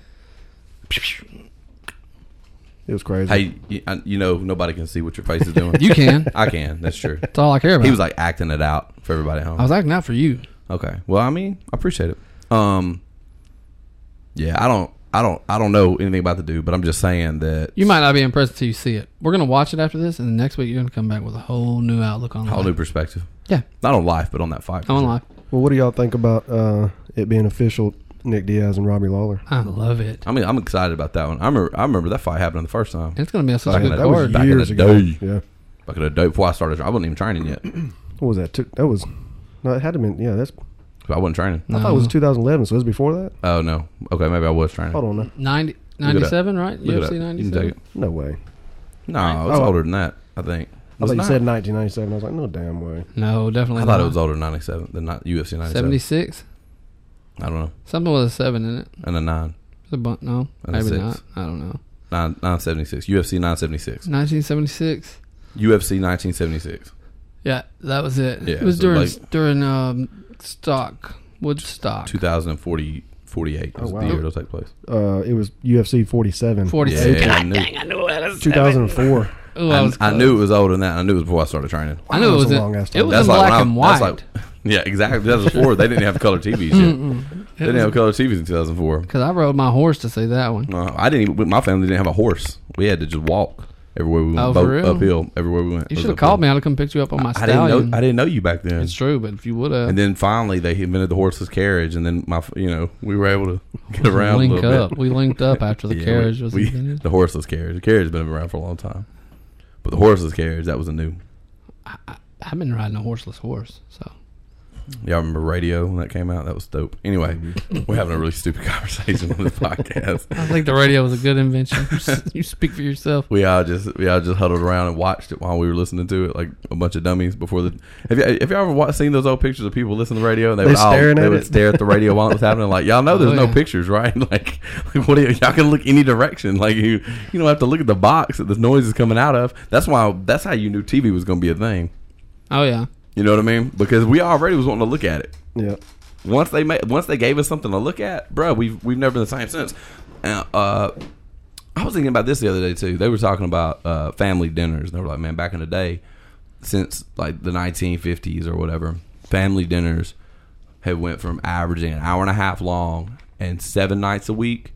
[SPEAKER 5] It was crazy.
[SPEAKER 3] hey, you, I- you know nobody can see what your face is doing.
[SPEAKER 4] "You can." That's
[SPEAKER 3] I can. That's true.
[SPEAKER 4] all I care about.
[SPEAKER 3] He was like acting it out for everybody at home.
[SPEAKER 4] I was acting out for you.
[SPEAKER 3] Okay. Well, I mean, I appreciate it. Um, yeah, I don't, I don't, I don't know anything about the dude, but I'm just saying that
[SPEAKER 4] You might not be impressed until you see it. We're gonna watch it after this, and then next week you're gonna come back with a whole new outlook on
[SPEAKER 3] whole
[SPEAKER 4] life.
[SPEAKER 3] new perspective,
[SPEAKER 4] Yeah,
[SPEAKER 3] not on life, but on that fight. for
[SPEAKER 4] on
[SPEAKER 3] sure.
[SPEAKER 4] life.
[SPEAKER 5] well, what do y'all think about uh, it being official? Nick Diaz and Robbie Lawler.
[SPEAKER 4] I love it.
[SPEAKER 3] I mean, I'm excited about that one. I remember, I remember that fight happening the first time.
[SPEAKER 4] It's gonna be a such a
[SPEAKER 3] Back in
[SPEAKER 4] good
[SPEAKER 3] the-
[SPEAKER 5] That was
[SPEAKER 4] card.
[SPEAKER 3] back in the
[SPEAKER 5] years ago.
[SPEAKER 3] day.
[SPEAKER 5] Yeah.
[SPEAKER 3] Back in the day before I started, I wasn't even training yet.
[SPEAKER 5] What was that? Two- That was no. It had to been. Yeah, that's.
[SPEAKER 3] 'Cause I wasn't training.
[SPEAKER 5] I thought it was 2011. So it was before that.
[SPEAKER 3] Oh no. Okay, maybe I was training.
[SPEAKER 5] Hold on. No,
[SPEAKER 4] 90,
[SPEAKER 3] Look it up.
[SPEAKER 4] 97, right?
[SPEAKER 3] Look it up.
[SPEAKER 4] UFC
[SPEAKER 3] You can take
[SPEAKER 4] 97.
[SPEAKER 3] it.
[SPEAKER 5] no way.
[SPEAKER 3] No, it's
[SPEAKER 5] Oh.
[SPEAKER 3] older than that. I think.
[SPEAKER 5] I
[SPEAKER 3] Was
[SPEAKER 5] thought
[SPEAKER 3] it
[SPEAKER 5] you
[SPEAKER 3] not?
[SPEAKER 5] said 1997. I was like, no damn way.
[SPEAKER 4] No, definitely
[SPEAKER 3] I thought
[SPEAKER 4] not.
[SPEAKER 3] it was older than 97, than not UFC 97.
[SPEAKER 4] 76.
[SPEAKER 3] I don't know.
[SPEAKER 4] Something with a 7 in it.
[SPEAKER 3] And a 9.
[SPEAKER 4] It's a bun- no,
[SPEAKER 3] And a
[SPEAKER 4] maybe
[SPEAKER 3] six.
[SPEAKER 4] not. I don't know.
[SPEAKER 3] 9 976. UFC 976.
[SPEAKER 4] 1976.
[SPEAKER 3] UFC 1976.
[SPEAKER 4] Yeah, that was it.
[SPEAKER 3] Yeah,
[SPEAKER 4] it was
[SPEAKER 3] so
[SPEAKER 4] during
[SPEAKER 3] like-
[SPEAKER 4] during um, Stock, Woodstock.
[SPEAKER 3] 2040 48 is
[SPEAKER 5] Oh, wow.
[SPEAKER 3] the year it'll take place.
[SPEAKER 5] Uh, it was UFC 47.
[SPEAKER 4] 46.
[SPEAKER 3] Yeah, I knew,
[SPEAKER 5] 2004.
[SPEAKER 4] Ooh, I,
[SPEAKER 3] I,
[SPEAKER 4] was
[SPEAKER 3] I
[SPEAKER 4] close.
[SPEAKER 3] knew it was older than that. I knew it was before I started training.
[SPEAKER 4] I knew it
[SPEAKER 5] That was
[SPEAKER 4] was
[SPEAKER 5] a
[SPEAKER 4] in-
[SPEAKER 5] long-ass
[SPEAKER 4] It
[SPEAKER 5] time.
[SPEAKER 4] was
[SPEAKER 3] That's
[SPEAKER 4] in
[SPEAKER 3] like
[SPEAKER 4] black
[SPEAKER 3] when I,
[SPEAKER 4] and white.
[SPEAKER 3] That's like, Yeah, exactly. 2004, they didn't have color TVs yet. they didn't have color TVs in 2004.
[SPEAKER 4] Because I rode my horse to see that one.
[SPEAKER 3] No, I didn't. Even, my family didn't have a horse. We had to just walk everywhere we went.
[SPEAKER 4] Oh, for
[SPEAKER 3] boat,
[SPEAKER 4] real?
[SPEAKER 3] uphill everywhere we went.
[SPEAKER 4] You
[SPEAKER 3] was
[SPEAKER 4] should have called
[SPEAKER 3] uphill.
[SPEAKER 4] me. I'd have come picked you up on my
[SPEAKER 3] I didn't
[SPEAKER 4] stallion.
[SPEAKER 3] know. I didn't know you back then.
[SPEAKER 4] It's true, but if you would have,
[SPEAKER 3] And then finally, they invented the horseless carriage, and then my, you know, we were able to get around a
[SPEAKER 4] link
[SPEAKER 3] little
[SPEAKER 4] up.
[SPEAKER 3] bit.
[SPEAKER 4] We linked up after the
[SPEAKER 3] Yeah,
[SPEAKER 4] carriage
[SPEAKER 3] we-
[SPEAKER 4] was
[SPEAKER 3] we-
[SPEAKER 4] invented.
[SPEAKER 3] the horseless carriage. The carriage has been around for a long time, but the horseless carriage that was a new.
[SPEAKER 4] I've been riding a horseless horse, so
[SPEAKER 3] Y'all remember radio when that came out? That was dope. Anyway,
[SPEAKER 4] Mm-hmm.
[SPEAKER 3] we're having a really stupid conversation on this podcast.
[SPEAKER 4] I think the radio was a good invention. you speak for yourself.
[SPEAKER 3] We all just we all just huddled around and watched it while we were listening to it, like a bunch of dummies. Before the have you have y'all ever wa- seen those old pictures of people listening to the radio? And they,
[SPEAKER 5] They
[SPEAKER 3] would all,
[SPEAKER 5] staring
[SPEAKER 3] they
[SPEAKER 5] at
[SPEAKER 3] would
[SPEAKER 5] it?
[SPEAKER 3] stare at the radio while it was happening. Like y'all know, there's
[SPEAKER 4] Oh,
[SPEAKER 3] no
[SPEAKER 4] yeah.
[SPEAKER 3] pictures, right? Like, like what do you, y'all can look any direction. Like you you don't have to look at the box that the noise is coming out of. That's why that's how you knew TV was going to be a thing.
[SPEAKER 4] Oh yeah,
[SPEAKER 3] You know what I mean? Because we already was wanting to look at it.
[SPEAKER 5] Yeah.
[SPEAKER 3] once they made once they gave us something to look at, bruh, we've we've never been the same since. Uh, uh, I was thinking about this the other day too. They were talking about uh, family dinners. They were like, man, back in the day, since like the 1950s or whatever, family dinners have went from averaging an hour and a half long and seven nights a week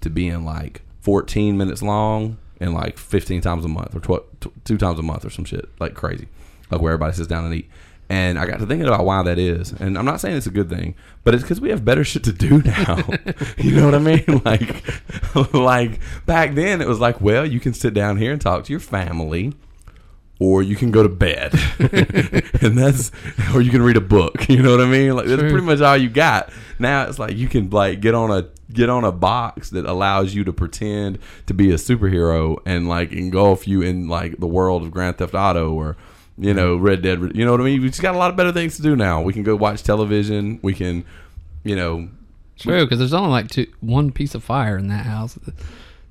[SPEAKER 3] to being like 14 minutes long and like 15 times a month or tw- tw- two times a month or some shit like crazy like where everybody sits down and eat and i got to thinking about why that is and i'm not saying it's a good thing but it's because we have better shit to do now you know what i mean like like back then it was like well you can sit down here and talk to your family or you can go to bed and that's or you can read a book you know what i mean like that's
[SPEAKER 4] True.
[SPEAKER 3] pretty much all you got now it's like you can like get on a get on a box that allows you to pretend to be a superhero and like engulf you in like the world of grand theft auto or you
[SPEAKER 4] Mm-hmm.
[SPEAKER 3] know red dead Red- you know what i mean we just got a lot of better things to do now we can go watch television we can you know
[SPEAKER 4] true. Because there's only like two, one piece of fire in that house,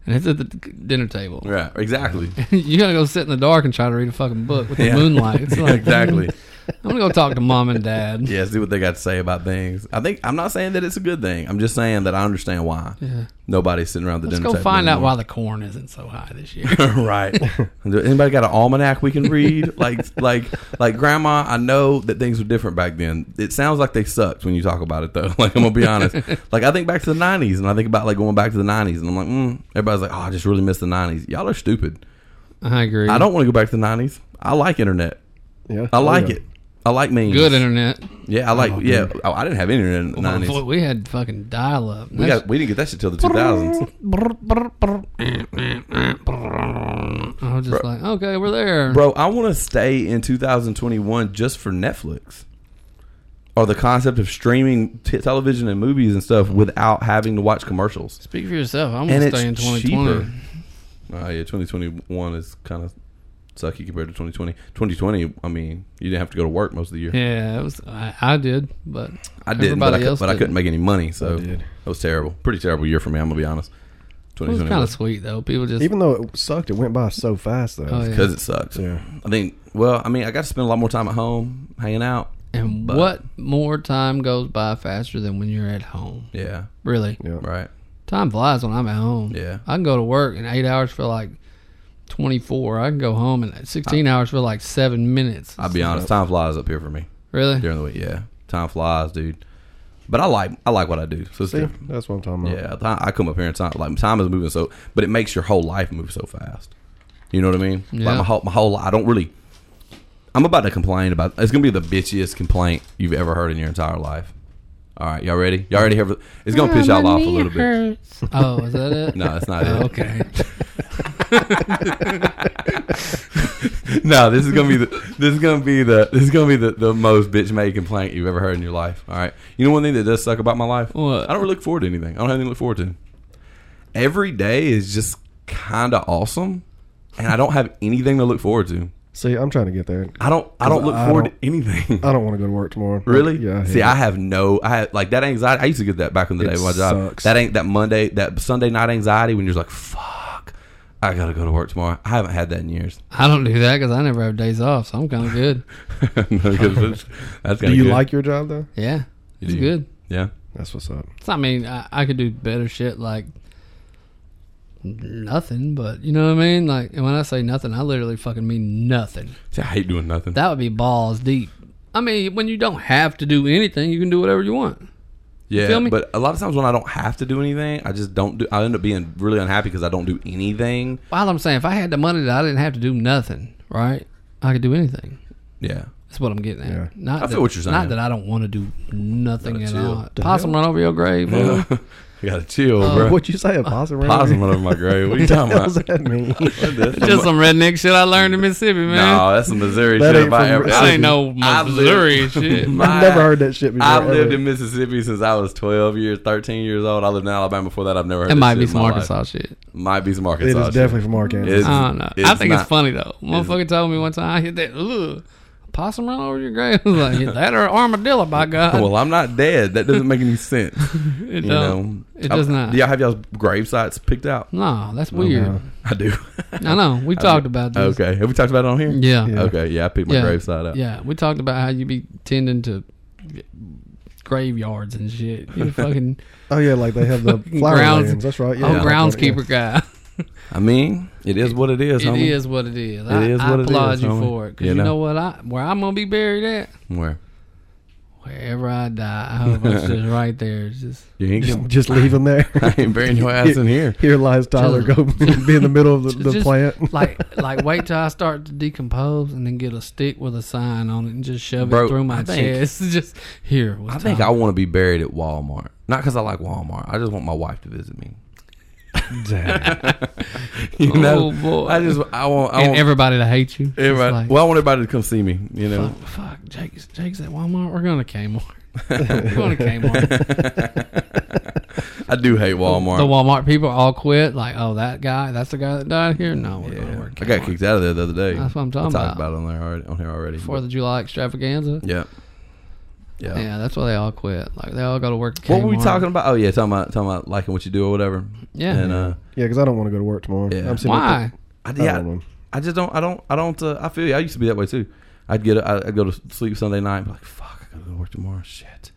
[SPEAKER 4] and it's at the dinner table.
[SPEAKER 3] yeah exactly
[SPEAKER 4] you gotta go sit in the dark and try to read a fucking book with the
[SPEAKER 3] Yeah.
[SPEAKER 4] moonlight. It's like,
[SPEAKER 3] exactly
[SPEAKER 4] I'm gonna go talk to mom and dad.
[SPEAKER 3] Yeah, see what they got to say about things. I think I'm not saying that it's a good thing. I'm just saying that I understand why.
[SPEAKER 4] Yeah.
[SPEAKER 3] Nobody's sitting around the
[SPEAKER 4] Let's
[SPEAKER 3] dinner
[SPEAKER 4] go
[SPEAKER 3] table
[SPEAKER 4] find out
[SPEAKER 3] anymore.
[SPEAKER 4] why the corn isn't so high this year.
[SPEAKER 3] right. Anybody got an almanac we can read? like like like grandma, I know that things were different back then. It sounds like they sucked when you talk about it though. Like I'm gonna be honest. like I think back to the nineties and I think about like going back to the nineties and I'm like, mm. everybody's like, Oh, I just really miss the nineties. Y'all are stupid.
[SPEAKER 4] I agree.
[SPEAKER 3] I don't want to go back to the nineties. I like internet.
[SPEAKER 5] Yeah.
[SPEAKER 3] I
[SPEAKER 5] Oh,
[SPEAKER 3] like
[SPEAKER 5] yeah.
[SPEAKER 3] it. I like memes.
[SPEAKER 4] good internet.
[SPEAKER 3] Yeah, I like yeah. Oh, I didn't have internet in the nineties.
[SPEAKER 4] Boy, we had fucking dial up.
[SPEAKER 3] We got we didn't get that shit till the two thousands.
[SPEAKER 4] I was just like, okay, we're there.
[SPEAKER 3] Bro, I wanna stay in two thousand twenty one just for Netflix. Or the concept of streaming t- television and movies and stuff without having to watch commercials.
[SPEAKER 4] Speak for yourself.
[SPEAKER 3] And
[SPEAKER 4] I'm gonna
[SPEAKER 3] it's
[SPEAKER 4] stay in 2020.
[SPEAKER 3] cheaper. Oh yeah, twenty twenty one is kinda sucky compared to twenty twenty. Twenty twenty, I mean, you didn't have to go to work most of the year.
[SPEAKER 4] Yeah, it was. I, I did, but
[SPEAKER 3] I did, but, I,
[SPEAKER 4] everybody
[SPEAKER 3] cou-
[SPEAKER 4] else
[SPEAKER 3] but I couldn't
[SPEAKER 4] didn't.
[SPEAKER 3] make any money, so
[SPEAKER 5] I did.
[SPEAKER 3] that was terrible. Pretty terrible year for me, I'm gonna be honest.
[SPEAKER 4] It was
[SPEAKER 3] 2021.
[SPEAKER 4] kind of sweet though. People just
[SPEAKER 5] Even though it sucked, it went by so fast though.
[SPEAKER 4] Oh, yeah.
[SPEAKER 3] because it sucks.
[SPEAKER 5] Yeah.
[SPEAKER 3] I think. Well, I mean, I got to spend a lot more time at home, hanging out.
[SPEAKER 4] and
[SPEAKER 3] but-
[SPEAKER 4] what more time goes by faster than when you're at home?
[SPEAKER 3] Yeah.
[SPEAKER 4] Really,
[SPEAKER 5] Yeah.
[SPEAKER 3] Right.
[SPEAKER 4] time flies when I'm at home.
[SPEAKER 3] Yeah.
[SPEAKER 4] I can go to work and eight hours feel like 24. I can go home and 16 hours feel like seven minutes.
[SPEAKER 3] I'll be honest. Time flies up here for me
[SPEAKER 4] really?
[SPEAKER 3] during the week. Yeah. Time flies, dude. But I like I like what I do. So it's
[SPEAKER 5] See,
[SPEAKER 3] different.
[SPEAKER 5] that's what I'm talking about.
[SPEAKER 3] Yeah. Time, I come up here and time like time is moving so, but it makes your whole life move so fast. You know what I mean? Like
[SPEAKER 4] Yeah.
[SPEAKER 3] my whole my whole life. I don't really. I'm about to complain about. It's gonna be the bitchiest complaint you've ever heard in your entire life. All right, y'all ready? Y'all ready here? For, it's gonna piss y'all off a little bit.
[SPEAKER 4] Oh, is that it?
[SPEAKER 3] No, that's not it.
[SPEAKER 4] Oh, okay.
[SPEAKER 3] no, this is gonna be the this is gonna be the this is gonna be the, the most bitch made complaint you've ever heard in your life. All right, you know one thing that does suck about my life.
[SPEAKER 4] What?
[SPEAKER 3] I don't really look forward to anything. I don't have anything to look forward to. Every day is just kind of awesome, and I don't have anything to look forward to.
[SPEAKER 5] See, I'm trying to get there.
[SPEAKER 3] I don't I don't look
[SPEAKER 5] I
[SPEAKER 3] forward
[SPEAKER 5] don't-
[SPEAKER 3] to anything.
[SPEAKER 5] I don't want to go to work tomorrow.
[SPEAKER 3] Really?
[SPEAKER 5] Yeah.
[SPEAKER 3] See,
[SPEAKER 5] hate
[SPEAKER 3] I have no. I had like that anxiety. I used to get that back in the
[SPEAKER 5] It
[SPEAKER 3] day. At my job.
[SPEAKER 5] sucks.
[SPEAKER 3] That ain't that Monday. That Sunday night anxiety when you're just like, "Fuck, I gotta go to work tomorrow." I haven't had that in years.
[SPEAKER 4] I don't do that because I never have days off, so I'm kind of good.
[SPEAKER 3] No, 'cause that's- that's
[SPEAKER 5] it. Do you like your job though?
[SPEAKER 4] Yeah, it's
[SPEAKER 3] do.
[SPEAKER 4] good.
[SPEAKER 3] Yeah.
[SPEAKER 5] That's what's up.
[SPEAKER 4] It's not I mean I, I could do better shit like nothing, but you know what I mean. Like and when I say nothing, I literally fucking mean nothing.
[SPEAKER 3] See, I hate doing nothing.
[SPEAKER 4] That would be balls deep. I mean, when you don't have to do anything, you can do whatever you want.
[SPEAKER 3] Yeah,
[SPEAKER 4] feel me?
[SPEAKER 3] but a lot of times when I don't have to do anything, I just don't do. I end up being really unhappy because I don't do anything.
[SPEAKER 4] While I'm saying, if I had the money that I didn't have to do nothing, right? I could do anything.
[SPEAKER 3] Yeah,
[SPEAKER 4] That's what I'm getting at.
[SPEAKER 5] Yeah.
[SPEAKER 3] I
[SPEAKER 4] Not
[SPEAKER 3] feel
[SPEAKER 4] that-
[SPEAKER 3] what you're
[SPEAKER 4] Not
[SPEAKER 3] saying.
[SPEAKER 4] that I don't want to do nothing at
[SPEAKER 3] chill.
[SPEAKER 4] all. Possum run over your grave. Yeah.
[SPEAKER 3] I gotta chill,
[SPEAKER 4] Oh,
[SPEAKER 3] bro.
[SPEAKER 5] What you say? A possum? around
[SPEAKER 3] Possum
[SPEAKER 5] here?
[SPEAKER 3] went over my grave. What are you talking
[SPEAKER 5] What the hell does
[SPEAKER 3] about?
[SPEAKER 5] that mean?
[SPEAKER 4] Just some redneck shit I learned in Mississippi, man.
[SPEAKER 3] No, that's some Missouri
[SPEAKER 5] That
[SPEAKER 3] shit.
[SPEAKER 5] ain't
[SPEAKER 3] If I
[SPEAKER 5] from
[SPEAKER 3] ever,
[SPEAKER 4] that
[SPEAKER 5] Mississippi.
[SPEAKER 4] ain't no
[SPEAKER 3] I've lived-
[SPEAKER 4] Missouri shit.
[SPEAKER 3] My-
[SPEAKER 5] I've never heard that shit before.
[SPEAKER 3] I've lived
[SPEAKER 5] ever.
[SPEAKER 3] in Mississippi since I was 12 years, 13 years old. I lived in Alabama before that. I've never heard.
[SPEAKER 4] It
[SPEAKER 3] that
[SPEAKER 4] might
[SPEAKER 3] shit
[SPEAKER 4] be
[SPEAKER 3] in
[SPEAKER 4] some
[SPEAKER 3] my
[SPEAKER 4] Arkansas
[SPEAKER 3] Life.
[SPEAKER 4] shit.
[SPEAKER 3] Might be some
[SPEAKER 5] It
[SPEAKER 3] Arkansas.
[SPEAKER 5] is
[SPEAKER 3] shit.
[SPEAKER 5] definitely from Arkansas.
[SPEAKER 3] It's-
[SPEAKER 4] I don't know. I
[SPEAKER 3] it's
[SPEAKER 4] think
[SPEAKER 3] not-
[SPEAKER 4] it's funny though. Motherfucker told me one time I hit that ugh, possum run over your grave. I was like "Yeah, that or armadillo by God.
[SPEAKER 3] Well, I'm not dead. That doesn't make any sense.
[SPEAKER 4] it
[SPEAKER 3] You
[SPEAKER 4] don't.
[SPEAKER 3] know,
[SPEAKER 4] it
[SPEAKER 3] I-
[SPEAKER 4] does not.
[SPEAKER 3] Do y'all have y'all's grave sites picked out?
[SPEAKER 4] No, that's weird.
[SPEAKER 5] no.
[SPEAKER 3] I do.
[SPEAKER 4] I know. We talked about this.
[SPEAKER 3] Uh-huh. okay. Have we talked about it on here?
[SPEAKER 4] Yeah.
[SPEAKER 5] Yeah.
[SPEAKER 4] Yeah.
[SPEAKER 3] Okay. Yeah, I picked my grave site out.
[SPEAKER 4] We talked about how you be tending to graveyards and shit. You fucking
[SPEAKER 5] Oh yeah, like they have the flower
[SPEAKER 4] Grounds-
[SPEAKER 5] lands. That's right. Yeah,
[SPEAKER 4] oh
[SPEAKER 5] yeah.
[SPEAKER 4] groundskeeper guy.
[SPEAKER 3] I mean, it is what it is.
[SPEAKER 4] It
[SPEAKER 3] homie.
[SPEAKER 4] is what it is. I,
[SPEAKER 3] is
[SPEAKER 4] I
[SPEAKER 3] what it is,
[SPEAKER 4] applaud you
[SPEAKER 3] homie.
[SPEAKER 4] for it because
[SPEAKER 3] You
[SPEAKER 4] you,
[SPEAKER 3] know.
[SPEAKER 4] know. what? I where I'm gonna be buried at.
[SPEAKER 3] Where
[SPEAKER 4] Wherever I die, I hope it's just right there. It's just
[SPEAKER 3] you ain't
[SPEAKER 5] Just,
[SPEAKER 3] getting,
[SPEAKER 5] just leave them there.
[SPEAKER 3] I ain't burying your ass in here.
[SPEAKER 5] Here lies Tyler. Go be in the middle of the, the
[SPEAKER 4] just
[SPEAKER 5] plant.
[SPEAKER 4] like, like wait till I start to decompose and then get a stick with a sign on it and just shove
[SPEAKER 3] Bro,
[SPEAKER 4] it through my
[SPEAKER 3] I think-
[SPEAKER 4] chest. just here.
[SPEAKER 3] I think I want to be buried at Walmart. Not because I like Walmart. I just want my wife to visit me. You
[SPEAKER 4] Oh,
[SPEAKER 3] know,
[SPEAKER 4] boy.
[SPEAKER 3] I just I want I
[SPEAKER 4] and
[SPEAKER 3] want
[SPEAKER 4] everybody to hate you. Just
[SPEAKER 3] everybody.
[SPEAKER 4] like,
[SPEAKER 3] well, I want everybody to come see me. You know,
[SPEAKER 4] fuck, fuck, Jake's Jake's at Walmart. We're going to Kmart. We're going to Kmart.
[SPEAKER 3] I do hate Walmart.
[SPEAKER 4] The Walmart people all quit. Like, oh, that guy, that's the guy that died here. No, we're going to work.
[SPEAKER 3] I got
[SPEAKER 4] Kmart.
[SPEAKER 3] kicked out of there the other day.
[SPEAKER 4] That's what I'm talking
[SPEAKER 3] I talked
[SPEAKER 4] about.
[SPEAKER 3] about. on there already. On here already.
[SPEAKER 4] Fourth of July extravaganza.
[SPEAKER 3] yeah. Yeah.
[SPEAKER 4] Yeah. that's why they all quit. Like they all go to work. At
[SPEAKER 3] What were we
[SPEAKER 4] Kmart.
[SPEAKER 3] talking about? Oh yeah, talking about talking about liking what you do or whatever.
[SPEAKER 4] Yeah.
[SPEAKER 3] And uh,
[SPEAKER 5] Yeah, because I don't want to go to work tomorrow.
[SPEAKER 3] Yeah.
[SPEAKER 5] I'm sitting
[SPEAKER 4] Why?
[SPEAKER 3] I,
[SPEAKER 5] there- I
[SPEAKER 3] yeah,
[SPEAKER 5] don't know.
[SPEAKER 3] I just don't. I don't. I don't. Uh, I feel. you. I used to be that way too. I'd get. I- I'd go to sleep Sunday night. And be like, fuck, I gotta go to work tomorrow. Shit.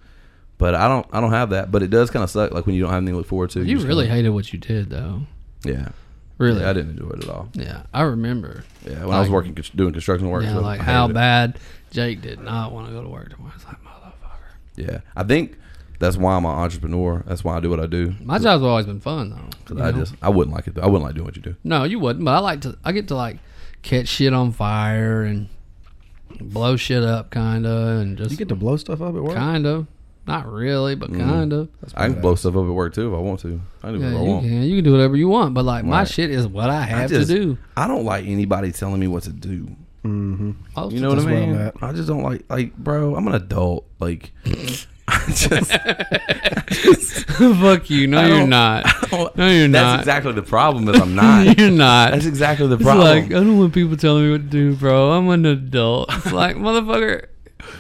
[SPEAKER 3] But I don't. I don't have that. But it does kind of suck. Like when you don't have anything to look forward to.
[SPEAKER 4] You
[SPEAKER 3] just
[SPEAKER 4] really
[SPEAKER 3] kinda-
[SPEAKER 4] hated what you did, though.
[SPEAKER 3] Yeah.
[SPEAKER 4] Really,
[SPEAKER 3] Yeah, I didn't enjoy it at all.
[SPEAKER 4] Yeah, I remember.
[SPEAKER 3] Yeah. When I was
[SPEAKER 4] Like-
[SPEAKER 3] working const- doing construction work.
[SPEAKER 4] Yeah,
[SPEAKER 3] so
[SPEAKER 4] like
[SPEAKER 3] I
[SPEAKER 4] how
[SPEAKER 3] hated it.
[SPEAKER 4] bad Jake did not want to go to work tomorrow. It's like motherfucker.
[SPEAKER 3] Yeah. I think that's why I'm an entrepreneur. That's why I do what I do.
[SPEAKER 4] My job's always been fun though.
[SPEAKER 3] 'Cause
[SPEAKER 4] you
[SPEAKER 3] I
[SPEAKER 4] know?
[SPEAKER 3] just. I wouldn't like it. though. I wouldn't like doing what you do.
[SPEAKER 4] no, you wouldn't. But I like to. I get to like catch shit on fire and blow shit up, kinda, and just
[SPEAKER 5] You get to blow stuff up at work.
[SPEAKER 4] kind of. Not really, but kind of.
[SPEAKER 3] I can blow stuff up at work too if I want to. I do
[SPEAKER 4] Yeah,
[SPEAKER 3] whatever Mm-hmm. I
[SPEAKER 4] you
[SPEAKER 3] want.
[SPEAKER 4] can. You can do whatever you want, but like my
[SPEAKER 3] Right.
[SPEAKER 4] shit is what I
[SPEAKER 3] I
[SPEAKER 4] have
[SPEAKER 3] just-
[SPEAKER 4] to do.
[SPEAKER 3] I don't like anybody telling me what to do.
[SPEAKER 4] Most
[SPEAKER 3] You know what I
[SPEAKER 5] That's where
[SPEAKER 3] mean?
[SPEAKER 5] I'm at.
[SPEAKER 3] I just don't like like bro. I'm an adult. Like I just,
[SPEAKER 4] Fuck you. No,
[SPEAKER 3] I
[SPEAKER 4] you're
[SPEAKER 3] don't-
[SPEAKER 4] not.
[SPEAKER 3] don't-
[SPEAKER 4] No, you're
[SPEAKER 3] that's
[SPEAKER 4] not.
[SPEAKER 3] exactly the problem. Is I'm not.
[SPEAKER 4] you're not.
[SPEAKER 3] that's exactly the
[SPEAKER 4] it's
[SPEAKER 3] problem.
[SPEAKER 4] like, uh, I don't want people telling me what to do, bro. I'm an adult. It's like, motherfucker,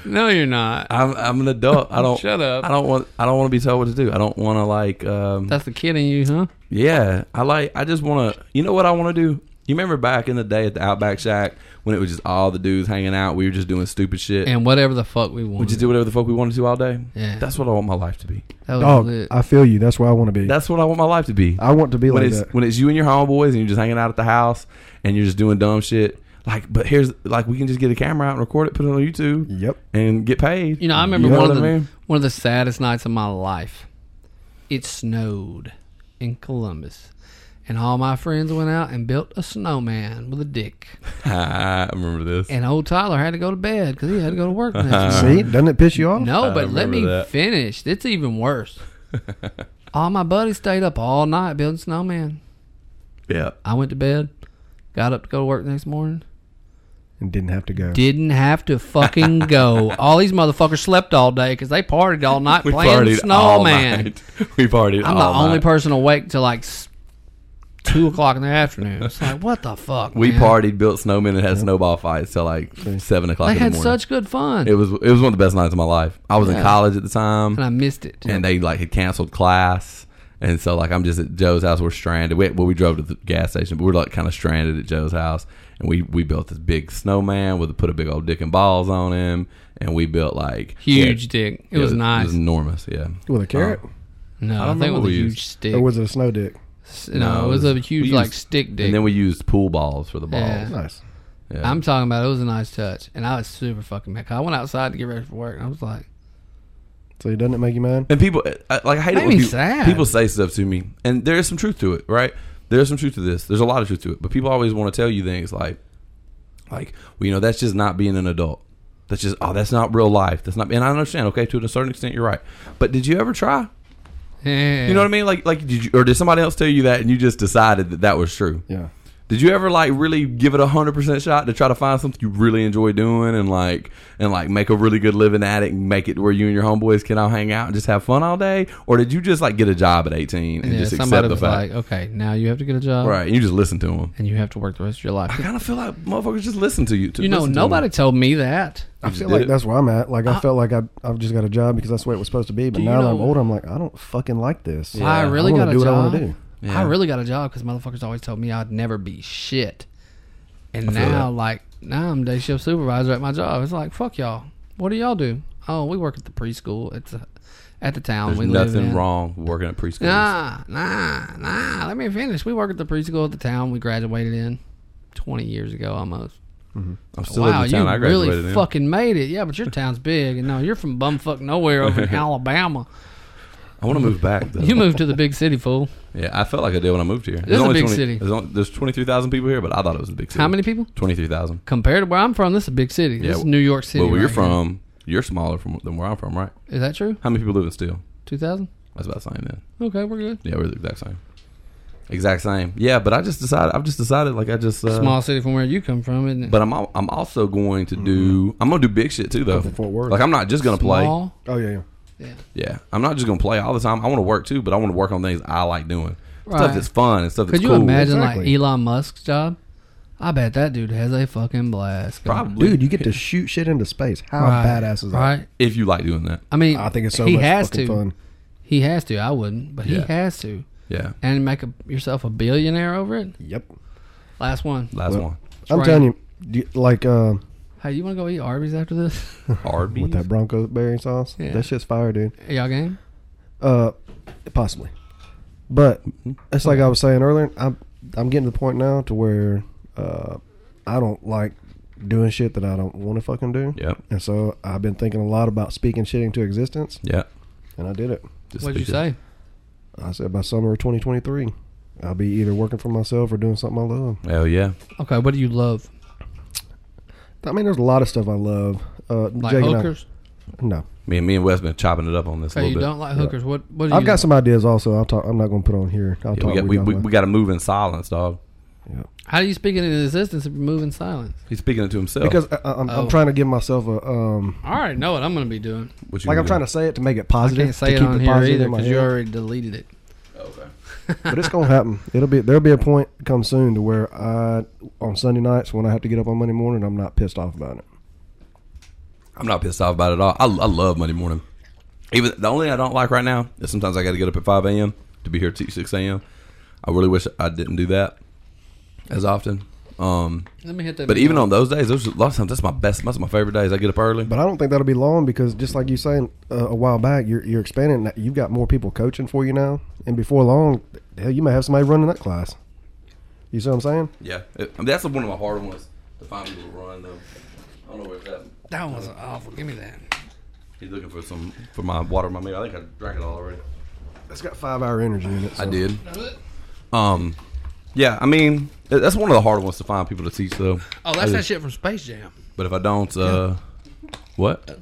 [SPEAKER 4] no, you're not.
[SPEAKER 3] I'm I'm an adult. I don't
[SPEAKER 4] Shut up.
[SPEAKER 3] I don't want I don't want to be told what to do. I don't want to like um
[SPEAKER 4] That's the kid in you, huh?
[SPEAKER 3] yeah. I like I just want to. You know what I want to do? You remember back in the day at the Outback Shack when it was just all the dudes hanging out. We were just doing stupid shit.
[SPEAKER 4] And whatever the fuck we
[SPEAKER 3] we
[SPEAKER 4] want.
[SPEAKER 3] just do whatever the fuck we wanted to all day.
[SPEAKER 4] Yeah.
[SPEAKER 3] That's what I want my life to be.
[SPEAKER 4] That was
[SPEAKER 5] Dog,
[SPEAKER 4] lit.
[SPEAKER 5] I feel you. That's where I want to be.
[SPEAKER 3] That's what I want my life to be.
[SPEAKER 5] I want to be
[SPEAKER 3] when
[SPEAKER 5] like
[SPEAKER 3] it's
[SPEAKER 5] that.
[SPEAKER 3] when it's you and your homeboys and you're just hanging out at the house and you're just doing dumb shit. Like, but here's like we can just get a camera out and record it, put it on YouTube,
[SPEAKER 5] Yep.
[SPEAKER 3] and get paid.
[SPEAKER 4] you know, I remember
[SPEAKER 3] You know
[SPEAKER 4] one
[SPEAKER 3] what
[SPEAKER 4] of the
[SPEAKER 3] I mean?
[SPEAKER 4] one of the saddest nights of my life. It snowed in Columbus, and all my friends went out and built a snowman with a dick.
[SPEAKER 3] I remember this.
[SPEAKER 4] And old Tyler had to go to bed because he had to go to work the next
[SPEAKER 3] uh,
[SPEAKER 4] morning.
[SPEAKER 5] See, doesn't it piss you off?
[SPEAKER 4] No, but let
[SPEAKER 3] remember
[SPEAKER 4] me
[SPEAKER 3] that.
[SPEAKER 4] finish. It's even worse. all my buddies stayed up all night building snowman.
[SPEAKER 3] yeah,
[SPEAKER 4] I went to bed, got up to go to work the next morning.
[SPEAKER 5] And didn't have to go.
[SPEAKER 4] Didn't have to fucking go. all these motherfuckers slept all day because they partied all night
[SPEAKER 3] we
[SPEAKER 4] playing
[SPEAKER 3] partied all
[SPEAKER 4] snowman.
[SPEAKER 3] night. We partied.
[SPEAKER 4] I'm
[SPEAKER 3] all
[SPEAKER 4] the only
[SPEAKER 3] night.
[SPEAKER 4] person awake till like s- two o'clock in the afternoon. It's like what the fuck.
[SPEAKER 3] We
[SPEAKER 4] man?
[SPEAKER 3] partied, built snowmen, and had snowball fights till like seven o'clock.
[SPEAKER 4] They
[SPEAKER 3] in
[SPEAKER 4] had
[SPEAKER 3] the morning.
[SPEAKER 4] such good fun,
[SPEAKER 3] It was it was one of the best nights of my life. I was in
[SPEAKER 4] Yeah.
[SPEAKER 3] college at the time,
[SPEAKER 4] and I missed it.
[SPEAKER 3] and they like had canceled class. And so like I'm just at Joe's house. We're stranded. We, well, we drove to the gas station, but we're like kind of stranded at Joe's house. And we we built this big snowman with put a big old dick and balls on him. And we built like
[SPEAKER 4] Huge
[SPEAKER 3] Yeah,
[SPEAKER 4] dick. It was
[SPEAKER 3] It
[SPEAKER 4] nice.
[SPEAKER 3] was enormous. Yeah.
[SPEAKER 5] With a carrot?
[SPEAKER 4] no, I,
[SPEAKER 3] remember
[SPEAKER 4] think it was a
[SPEAKER 3] we
[SPEAKER 4] huge
[SPEAKER 3] used-
[SPEAKER 4] stick.
[SPEAKER 5] or was it a snow dick?
[SPEAKER 4] no, it was a
[SPEAKER 3] we
[SPEAKER 4] huge
[SPEAKER 3] used-
[SPEAKER 4] like stick dick.
[SPEAKER 3] And then we used pool balls for the balls.
[SPEAKER 4] Yeah.
[SPEAKER 5] Nice.
[SPEAKER 3] Yeah.
[SPEAKER 4] I'm talking about it was a nice touch, and I was super fucking mad. 'Cause I went outside to get ready for work, and I was like,
[SPEAKER 5] So doesn't it make you mad?
[SPEAKER 3] And people I- like I hate
[SPEAKER 4] Made
[SPEAKER 3] it when
[SPEAKER 4] me
[SPEAKER 3] people,
[SPEAKER 4] sad.
[SPEAKER 3] people say stuff to me, and there is some truth to it, right? There's some truth to this. There's a lot of truth to it, but people always want to tell you things like, like well, you know, that's just not being an adult. That's just oh, that's not real life. That's not. And I understand. Okay, to a certain extent, you're right. But did you ever try?
[SPEAKER 4] eh.
[SPEAKER 3] You know what I mean? Like, like did you or did somebody else tell you that and you just decided that that was true?
[SPEAKER 5] Yeah.
[SPEAKER 3] Did you ever like really give it a hundred percent shot to try to find something you really enjoy doing and like and like make a really good living at it and make it where you and your homeboys can all hang out and just have fun all day? Or did you just like get a job at eighteen and
[SPEAKER 4] Yeah,
[SPEAKER 3] just
[SPEAKER 4] somebody
[SPEAKER 3] accept the
[SPEAKER 4] was
[SPEAKER 3] fact?
[SPEAKER 4] like, "Oh." okay, now you have to get a job,
[SPEAKER 3] right, and you just listen to them.
[SPEAKER 4] And you have to work the rest of your life.
[SPEAKER 3] I kind of feel like motherfuckers just listen to you. To
[SPEAKER 4] you know,
[SPEAKER 3] listen to
[SPEAKER 4] nobody
[SPEAKER 3] 'em.
[SPEAKER 4] told me that.
[SPEAKER 5] I feel like that's where I'm at. Like I, felt like I I've just got a job because that's the way it was supposed to be. But
[SPEAKER 4] you
[SPEAKER 5] now that I'm
[SPEAKER 4] know-
[SPEAKER 5] older, I'm like I don't fucking like this.
[SPEAKER 4] I really
[SPEAKER 5] wanna
[SPEAKER 4] got a
[SPEAKER 5] do what I
[SPEAKER 4] job.
[SPEAKER 5] wanna do.
[SPEAKER 3] Yeah.
[SPEAKER 4] I really got a job because motherfuckers always told me I'd never be shit. And
[SPEAKER 3] feel
[SPEAKER 4] now,
[SPEAKER 3] that.
[SPEAKER 4] like, now I'm day shift supervisor at my job. It's like, fuck y'all. What do y'all do? Oh, we work at the preschool. It's a, at the town
[SPEAKER 3] There's
[SPEAKER 4] we live
[SPEAKER 3] nothing
[SPEAKER 4] in.
[SPEAKER 3] wrong with working at preschool.
[SPEAKER 4] Nah, nah, nah. Let me finish. We work at the preschool at the town we graduated in 20 years ago almost.
[SPEAKER 3] I'm still
[SPEAKER 4] wow,
[SPEAKER 3] in the town
[SPEAKER 4] you
[SPEAKER 3] I graduated
[SPEAKER 4] really
[SPEAKER 3] in.
[SPEAKER 4] fucking made it. Yeah, but your town's big. And no, you're from bumfuck nowhere over in Alabama.
[SPEAKER 3] I want to move back. Though.
[SPEAKER 4] You moved to the big city, fool.
[SPEAKER 3] Yeah, I felt like I did when I moved here.
[SPEAKER 4] is a big
[SPEAKER 3] 20
[SPEAKER 4] city.
[SPEAKER 3] There's, only, there's 23,000 people here, but I thought it was a big city.
[SPEAKER 4] How many people?
[SPEAKER 3] 23,000.
[SPEAKER 4] Compared to where I'm from, this is a big city.
[SPEAKER 3] Yeah,
[SPEAKER 4] this is New York City.
[SPEAKER 3] Well, where you're
[SPEAKER 4] right
[SPEAKER 3] from, you're smaller from than where I'm from, right?
[SPEAKER 4] here. Is that true?
[SPEAKER 3] How many people live in Steele?
[SPEAKER 4] 2,000?
[SPEAKER 3] That's about the same then.
[SPEAKER 4] Okay, we're good.
[SPEAKER 3] Yeah, we're the exact same. Exact same. Yeah, but I just decided. I've just decided. Like I just. Uh,
[SPEAKER 4] Small city from where you come from, isn't it?
[SPEAKER 3] But I'm. al- I'm also going to do.
[SPEAKER 4] Mm-hmm.
[SPEAKER 3] I'm gonna do big shit too, though.
[SPEAKER 5] Go for Fort Worth.
[SPEAKER 3] Like I'm not just gonna play.
[SPEAKER 4] Small?
[SPEAKER 5] Oh yeah, yeah.
[SPEAKER 3] Yeah, I'm not just gonna play all the time. I want to work too, but I want to work on things I like doing. Stuff
[SPEAKER 4] Right.
[SPEAKER 3] that's fun and stuff that's
[SPEAKER 4] Could you
[SPEAKER 3] cool.
[SPEAKER 4] imagine
[SPEAKER 5] Exactly.
[SPEAKER 4] like Elon Musk's job? I bet that dude has a fucking blast. going.
[SPEAKER 3] Probably,
[SPEAKER 5] Dude, you get to shoot shit into space. How
[SPEAKER 4] Right,
[SPEAKER 5] badass is that?
[SPEAKER 4] Right?
[SPEAKER 3] if you like doing that.
[SPEAKER 4] I mean,
[SPEAKER 5] I think it's so
[SPEAKER 4] he
[SPEAKER 5] much
[SPEAKER 4] has
[SPEAKER 5] fucking
[SPEAKER 4] to.
[SPEAKER 5] fun.
[SPEAKER 4] He has to. I wouldn't, but he
[SPEAKER 3] Yeah.
[SPEAKER 4] has to.
[SPEAKER 3] Yeah.
[SPEAKER 4] And make a, yourself a billionaire over it.
[SPEAKER 5] Yep.
[SPEAKER 4] Last one.
[SPEAKER 3] Last
[SPEAKER 5] Well-
[SPEAKER 3] one.
[SPEAKER 5] I'm
[SPEAKER 4] right.
[SPEAKER 5] telling you, do you- like uh,
[SPEAKER 4] Hey, you want to go eat Arby's after this?
[SPEAKER 3] Arby's.
[SPEAKER 5] with that Bronco berry sauce,
[SPEAKER 4] Yeah.
[SPEAKER 5] that shit's fire, dude.
[SPEAKER 4] Y'all game?
[SPEAKER 5] Uh, possibly, but it's like I was saying earlier. I'm I'm getting to the point now to where uh, I don't like doing shit that I don't want to fucking do.
[SPEAKER 3] Yep.
[SPEAKER 5] And so I've been thinking a lot about speaking shit into existence,
[SPEAKER 3] Yep.
[SPEAKER 5] and I did it.
[SPEAKER 3] Just
[SPEAKER 4] What'd you
[SPEAKER 3] because-
[SPEAKER 4] say?
[SPEAKER 5] I said by summer of 2023, I'll be either working for myself or doing something I love.
[SPEAKER 3] Hell yeah.
[SPEAKER 4] Okay, what do you love?
[SPEAKER 5] I mean, there's a lot of stuff I love. Uh,
[SPEAKER 4] Like
[SPEAKER 5] Jake and I-
[SPEAKER 4] hookers?
[SPEAKER 5] no,
[SPEAKER 3] Me and me and Wes been chopping it up on this a
[SPEAKER 4] Okay,
[SPEAKER 3] little
[SPEAKER 4] you
[SPEAKER 3] bit.
[SPEAKER 4] don't like hookers. What? What do
[SPEAKER 5] I've
[SPEAKER 4] you
[SPEAKER 5] got some ideas also. I'll talk. I'm not going to put on here. I'll
[SPEAKER 3] Yeah,
[SPEAKER 5] talk.
[SPEAKER 3] we got
[SPEAKER 5] with
[SPEAKER 3] we,
[SPEAKER 5] y'all
[SPEAKER 3] we,
[SPEAKER 5] later.
[SPEAKER 3] we got to move in silence, dog.
[SPEAKER 4] How do you speak into existence if you move in silence?
[SPEAKER 3] He's speaking it to himself.
[SPEAKER 5] because I, I- I'm,
[SPEAKER 4] Oh.
[SPEAKER 5] I'm trying to give myself a um,
[SPEAKER 4] I already know what I'm going to be doing.
[SPEAKER 3] What you
[SPEAKER 5] like
[SPEAKER 3] gonna
[SPEAKER 5] I'm trying
[SPEAKER 3] do?
[SPEAKER 5] to say it to make it
[SPEAKER 4] I
[SPEAKER 5] positive.
[SPEAKER 4] can't say
[SPEAKER 5] to
[SPEAKER 4] it
[SPEAKER 5] keep
[SPEAKER 4] on
[SPEAKER 5] the
[SPEAKER 4] here
[SPEAKER 5] positive
[SPEAKER 4] either
[SPEAKER 5] in my
[SPEAKER 4] because you
[SPEAKER 5] head.
[SPEAKER 4] already deleted it.
[SPEAKER 5] But it's gonna happen. It'll be there'll be a point come soon to where I on Sunday nights when I have to get up on Monday morning, I'm not pissed off about it.
[SPEAKER 3] I'm not pissed off about it at all. I, I love Monday morning. Even the only thing I don't like right now is sometimes I got to get up at 5 a.m. to be here at 6 a.m. I really wish I didn't do that as often. Um,
[SPEAKER 4] Let me hit that.
[SPEAKER 3] but even on those days, those lots of times that's my best. That's my favorite days. I get up early.
[SPEAKER 5] But I don't think that'll be long because just like you saying uh, a while back, you're you're expanding. You've got more people coaching for you now, and before long, hell, you may have somebody running that class. You see what I'm saying?
[SPEAKER 3] yeah, It- I mean, that's one of my harder ones to find people to run. Though I don't know where it's at.
[SPEAKER 5] e-
[SPEAKER 4] that was awful. Give me that.
[SPEAKER 3] He's looking for some for my water, in my meal. I think I drank it all already.
[SPEAKER 5] It's got five hour energy in it.
[SPEAKER 3] I
[SPEAKER 5] so-
[SPEAKER 3] did. Um, yeah, I mean th- that's one of the harder ones to find people to teach though.
[SPEAKER 4] Oh, that's that shit from Space Jam.
[SPEAKER 3] But if I don't, uh, what?